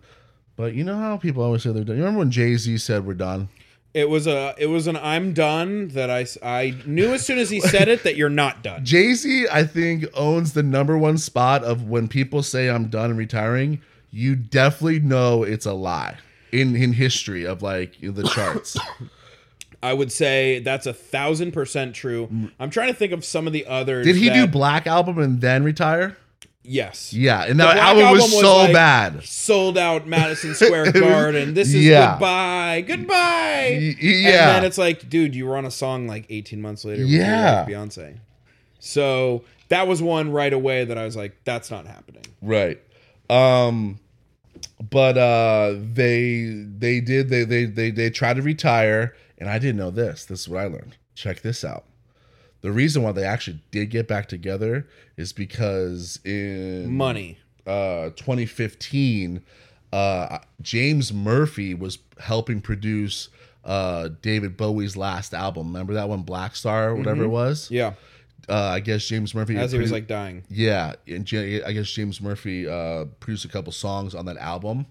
A: But you know how people always say they're done. You remember when Jay Z said, "We're done."
B: It was a it was an I'm done that I s- I knew as soon as he said it that you're not done.
A: Jay Z, I think, owns the number one spot of when people say I'm done and retiring. You definitely know it's a lie in in history of like the
B: *coughs*
A: charts.
B: I would say that's a thousand percent true. I'm trying to think of some of the others.
A: Did he do
B: that-
A: Black album and then retire?
B: Yes.
A: Yeah, and that
B: Black
A: album, was
B: Album was
A: so
B: like-
A: bad.
B: sold out
A: *laughs*
B: Madison Square Garden. This is
A: Yeah.
B: goodbye, goodbye.
A: Y-
B: And
A: yeah.
B: then it's like, dude, you were on a song like 18 months later. with
A: Yeah.
B: your wife, Beyonce. So that was one right away that I was like, that's not happening.
A: Right. Um but uh they they did they they they they tried to retire and I didn't know this. This is what I learned. Check this out. The reason why they actually did get back together is because in
B: Money.
A: uh 2015 uh James Murphy was helping produce uh David Bowie's last album. Remember that one Black Star or whatever it was?
B: Yeah.
A: Uh I guess James Murphy
B: Mm-hmm. As he was
A: produ-
B: like dying.
A: yeah, and J- I guess James Murphy uh, produced a couple songs on that album,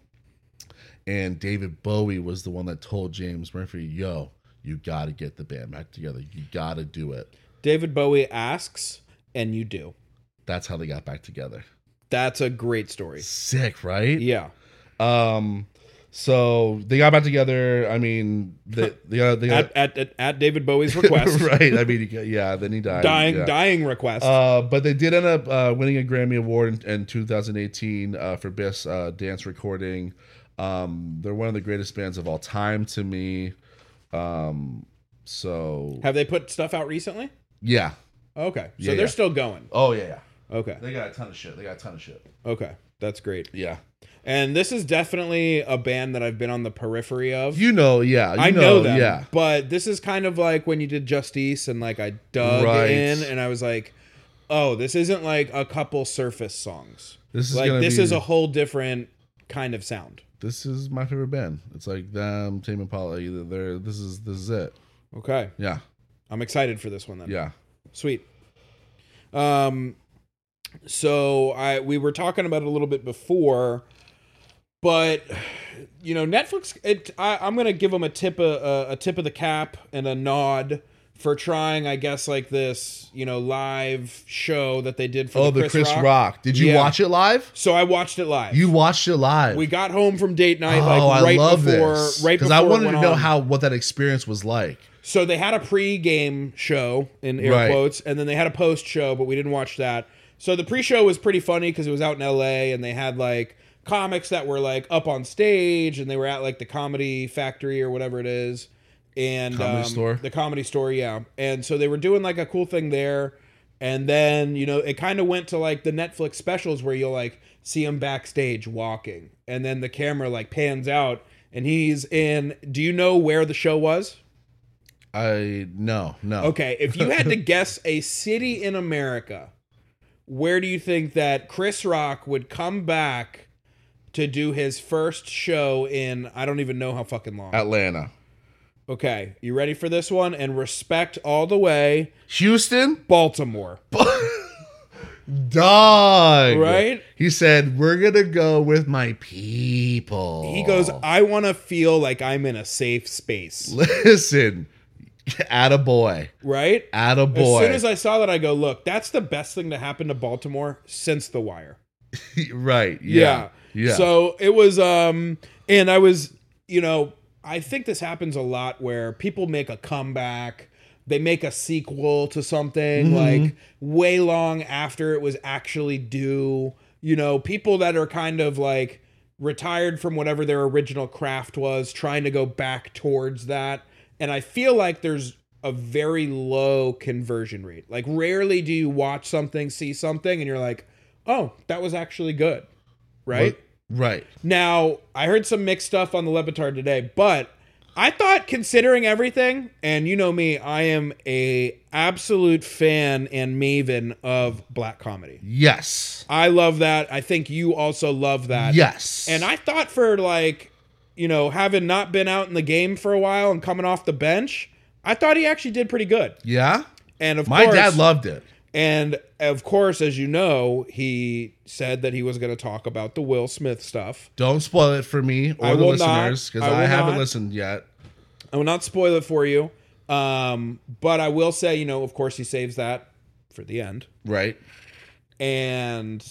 A: and David Bowie was the one that told James Murphy, "Yo, you got to get the band back together. You got to do it."
B: David Bowie asks, and you do.
A: That's how they got back together.
B: That's a great story.
A: Sick, right?
B: Yeah.
A: Um, so they got back together. I mean, they they got, they got
B: At, at, at, at
A: *laughs*
B: David Bowie's request.
A: right. I mean, he- yeah. Then he died.
B: Dying
A: yeah.
B: dying request.
A: Uh, but they did end up uh, winning a Grammy Award in, in 2018 uh, for Best uh, Dance Recording. Um, they're one of the greatest bands of all time to me. Um, so
B: Have they put stuff out recently?
A: yeah.
B: Okay. So
A: Yeah,
B: they're
A: yeah.
B: still going.
A: Oh yeah, yeah.
B: Okay.
A: They got a ton of shit. They got a ton of shit.
B: Okay. That's great.
A: Yeah.
B: And this is definitely a band that I've been on the periphery of.
A: You know, yeah. You
B: I know, that,
A: Yeah.
B: But this is kind of like when you did Justice and like I dug
A: Right.
B: in and I was like, oh, this isn't like a couple surface songs.
A: This is
B: like
A: gonna
B: this
A: be-
B: is a whole different kind of sound.
A: This is my favorite band. It's like them, Tame Impala. Either they're this is this is it.
B: Okay.
A: Yeah.
B: I'm excited for this one then.
A: Yeah.
B: Sweet. Um so I we were talking about it a little bit before but you know Netflix it I, I'm going to give them a tip a, a, a tip of the cap and a nod for trying I guess like this, you know, live show that they did for
A: Oh,
B: the Chris, Rock.
A: Did you
B: Yeah.
A: watch it live?
B: So I watched it live.
A: You Oh, watched it live.
B: we got home from date night like right before right before
A: I
B: it
A: wanted
B: went
A: to know
B: on.
A: how what that experience was like.
B: So they had a pre-game show in air
A: Right.
B: quotes, and then they had a post show, but we didn't watch that. So the pre-show was pretty funny because it was out in L.A. and they had like comics that were like up on stage, and they were at like the Comedy Factory or whatever it is, and
A: Comedy
B: um,
A: Store?
B: the Comedy Store, yeah. And so they were doing like a cool thing there, and then you know it kind of went to like the Netflix specials where you'll like see him backstage walking, and then the camera like pans out, and he's in. Do you know where the show was?
A: I no no.
B: Okay, if you had to guess a city in America, where do you think that Chris Rock would come back to do his first show in I don't even know how fucking
A: Uh,
B: long?
A: Atlanta,
B: Okay, you ready for this one? And respect all the way,
A: Houston, *laughs*
B: Baltimore.
A: dog.
B: Right?
A: He said we're gonna go with my people.
B: He goes, I want to feel like I'm in a safe space,
A: listen, at a boy,
B: right?
A: at a
B: As
A: boy.
B: soon as I saw that, I go, look, that's the best thing to happen to Baltimore since The Wire.
A: *laughs* right?
B: Yeah.
A: Yeah. Yeah.
B: So it was um and I was, you know, I think this happens a lot where people make a comeback, they make a sequel to something like way long after it was actually due. You know, people that are kind of like retired from whatever their original craft was, trying to go back towards that. And I feel like there's a very low conversion rate. Like rarely do you watch something, see something and you're like, "Oh, that was actually good." Right?
A: Right.
B: Now, I heard some mixed stuff on the Levitard today, but I thought considering everything, and you know me, I am a absolute fan and maven of black comedy.
A: Yes.
B: I love that. I think you also love that.
A: Yes.
B: And I thought for like, you know, having not been out in the game for a while and coming off the bench, I thought he actually did pretty good.
A: Yeah.
B: And of
A: My
B: course,
A: dad loved it.
B: and of course, as you know, he said that he was going to talk about the Will Smith stuff.
A: Don't spoil it for me or
B: I
A: the
B: will not.
A: listeners because
B: I will
A: I, haven't
B: not.
A: listened yet.
B: I will not spoil it for you. Um, but I will say, you know, of course he saves that for the end.
A: Right?
B: And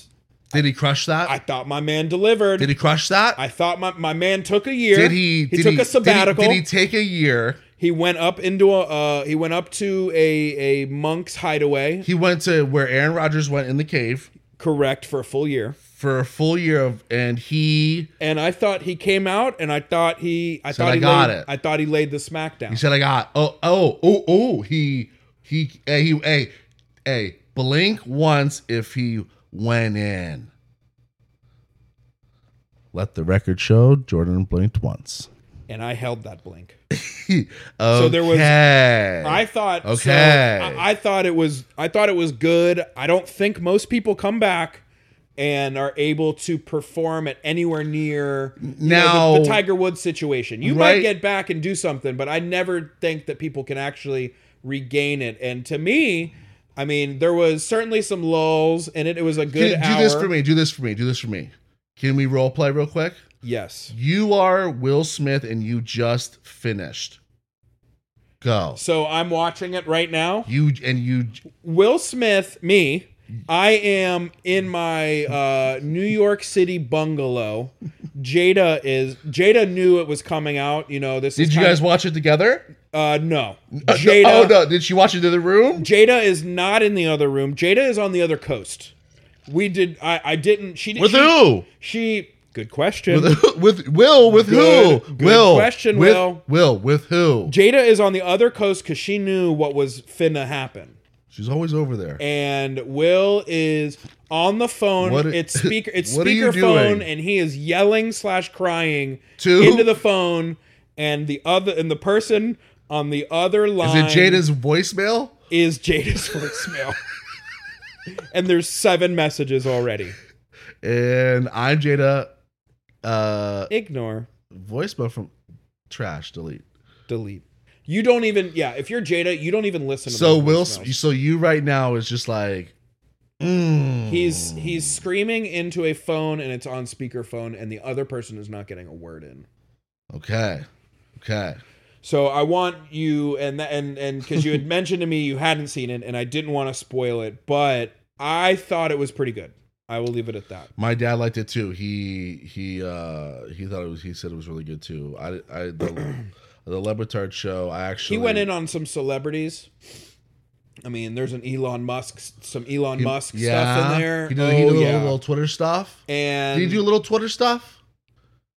A: Did he crush that?
B: I thought my man delivered.
A: did he crush that?
B: I thought my, my man took a year.
A: did he?
B: He
A: did
B: took
A: he-
B: a sabbatical.
A: Did
B: he,
A: he, did he take a year?
B: went up into a uh, he went up to a a monk's hideaway,
A: He went to where Aaron Rodgers went in the cave
B: correct, for a full year.
A: for a full year of, and he
B: And I thought he came out, and I thought he I
A: Said,
B: thought
A: "I
B: he
A: got
B: laid,
A: it."
B: I thought he laid the smack down.
A: he said, "I got oh oh oh oh he he hey, he hey hey blink once if he went in." Let the record show Jordan blinked once. *laughs*
B: and I held that blink.
A: okay.
B: there was- I thought so
A: Okay.
B: I, I thought it was I thought it was good. I don't think most people come back and are able to perform at anywhere near you know, the,
A: Now-
B: the Tiger Woods situation. You might
A: Right.
B: get back and do something, but I never think that people can actually regain it. And to me, I mean, there was certainly some lulls and it. It was a
A: do,
B: good
A: do
B: hour.
A: this for me. Do this for me. Do this for me. Can we role play real quick?
B: Yes.
A: You are Will Smith and you just finished. Go.
B: So I'm watching it right now.
A: You and you
B: Will Smith, me, I am in my uh, New York City bungalow. Jada is Jada knew it was coming out. You know this.
A: Did
B: is
A: you
B: kind
A: guys watch it together?
B: Of, uh, no.
A: Uh,
B: Jada.
A: *laughs* Oh no! Did she watch it in the room?
B: Jada is not in the other room. Jada is on the other coast. We did. I. I didn't. She didn't.
A: With
B: she,
A: who?
B: She. Good question.
A: with Will? With
B: Good-
A: who?
B: good
A: Will.
B: question,
A: with,
B: Will.
A: Will. With who?
B: Jada is on the other coast because she knew what was finna happen.
A: She's always over there.
B: and Will is on the phone.
A: What i-
B: it's
A: *laughs*
B: speaker. It's
A: What are you
B: speakerphone,
A: doing?
B: and he is yelling slash crying
A: To-
B: into the phone. And the other and the person on the other
A: Is
B: line
A: it Jada's voicemail?
B: is Jada's voicemail. *laughs* and there's seven messages already.
A: And I'm Jada. Uh,
B: Ignore,
A: voicemail from trash. Delete.
B: delete. You don't even. Yeah, if you're Jada, you don't even listen. to
A: So
B: my
A: Will.
B: voicemails.
A: So you right now is just like. mm.
B: He's he's screaming into a phone and it's on speakerphone and the other person is not getting a word in.
A: Okay. Okay.
B: So I want you and tha- and and because you had *laughs* mentioned to me you hadn't seen it, and I didn't want to spoil it, but I thought it was pretty good. I will leave it at that.
A: My dad liked it too. He he uh he thought it was he said it was really good too. I I the, *clears throat* the Lebertard show. I
B: He
A: actually
B: went in on some celebrities. I mean, there's an Elon Musk, some Elon
A: He-
B: Musk stuff in there.
A: He did,
B: oh,
A: he did a little,
B: yeah.
A: little Twitter stuff.
B: and
A: Did he do a little Twitter stuff?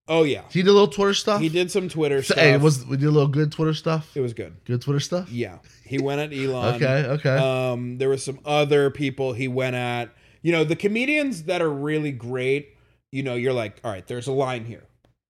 B: oh
A: *laughs*
B: yeah,
A: He did a little Twitter stuff.
B: he did some Twitter
A: So,
B: stuff.
A: hey, was we did a little good Twitter stuff?
B: it was good.
A: Good Twitter stuff.
B: Yeah, he
A: *laughs*
B: went at Elon.
A: Okay. Okay.
B: Um, there was some other people he went at. You know, the comedians that are really great. You know, you're like, all right, there's a line here.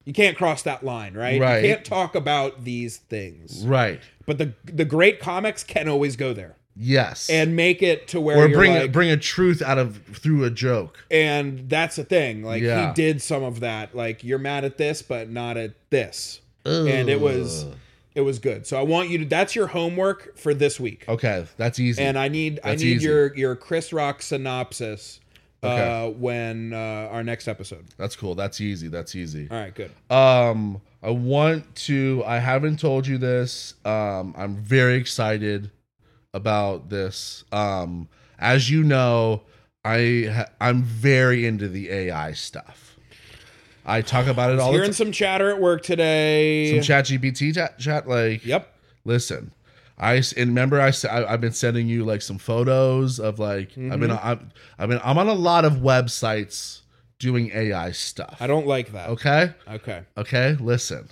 B: You can't cross that line, right?
A: Right.
B: You can't talk about these things.
A: right.
B: But the the great comics can always go there
A: Yes.
B: and make it to where
A: or
B: you're
A: bring
B: like,
A: bring a truth out of through a joke.
B: and that's the thing. Like
A: Yeah.
B: he did some of that. Like you're mad at this, but not at this. And it was-
A: Ugh.
B: It was good. So I want you to. That's your homework for this week.
A: okay. That's easy.
B: and I need I
A: That's
B: need
A: easy.
B: your your Chris Rock synopsis uh,
A: Okay.
B: when uh, our next episode.
A: that's cool. That's easy. That's easy.
B: All right, good.
A: Um, I want to. I haven't told you this. Um, I'm very excited about this. Um, as you know, I ha- I'm very into the AI stuff. I talk about it all the
B: Hearing
A: time.
B: some chatter at work today.
A: Some chat GPT chat, chat like
B: yep.
A: listen i s- and remember i s- I, have been sending you like some photos of like i've
B: Mm-hmm.
A: been I'm, i've been i'm on a lot of websites doing ai stuff
B: I don't like that.
A: okay
B: Okay.
A: okay listen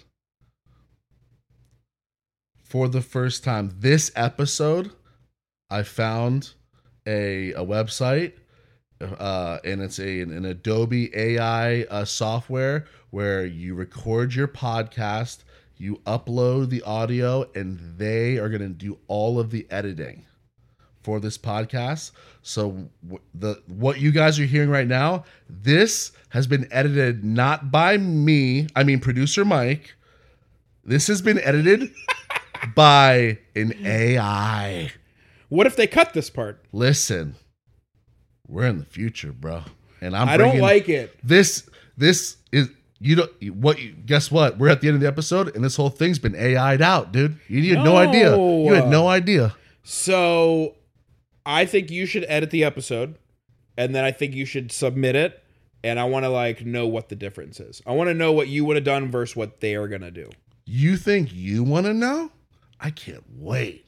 A: for the first time this episode i found a a website uh, and it's a an, Adobe AI uh, software where you record your podcast, you upload the audio, and they are going to do all of the editing for this podcast. So w- the what you guys are hearing right now, this has been edited not by me, I mean producer Mike. This has been
B: *laughs*
A: edited by an AI.
B: What if they cut this part?
A: Listen, we're in the future, bro, and I'm.
B: I don't
A: bringing-
B: like it.
A: this. This is you don't what you guess what we're at the end of the episode, and this whole thing's been AI'd out, dude. You had no, idea.
B: No.
A: You had no idea.
B: So I think you should edit the episode, and then I think you should submit it. And I want to like know what the difference is. I want to know what you would have done versus what they are gonna do.
A: You think you want to know? I can't wait.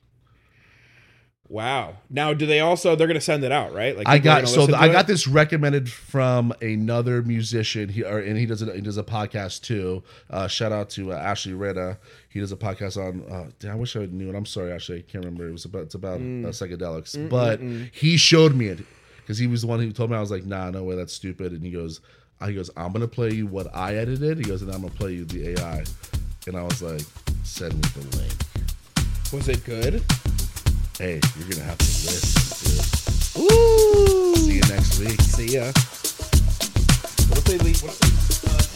B: Wow. Now, do they also? They're gonna send it out, right? Like
A: I
B: people are
A: got
B: gonna
A: so
B: listen
A: th-
B: to
A: I
B: it?
A: got this recommended from another musician. He or, and he does a, he does a podcast too. Uh, shout out to uh, Ashley Reda. He does a podcast on. Uh, damn, I wish I knew it. I'm sorry, Ashley. I can't remember. It was about it's about
B: Mm.
A: uh, psychedelics. But he showed me it because he was the one who told me. I was like, Nah, no way, that's stupid. And he goes, uh, he goes, I'm gonna play you what I edited. He goes, and I'm gonna play you the AI. And I was like, Send me the link.
B: Was it good?
A: Hey, you're gonna have to listen. Dude. Ooh. See you next week.
B: See ya. What if they leave? What if they, uh,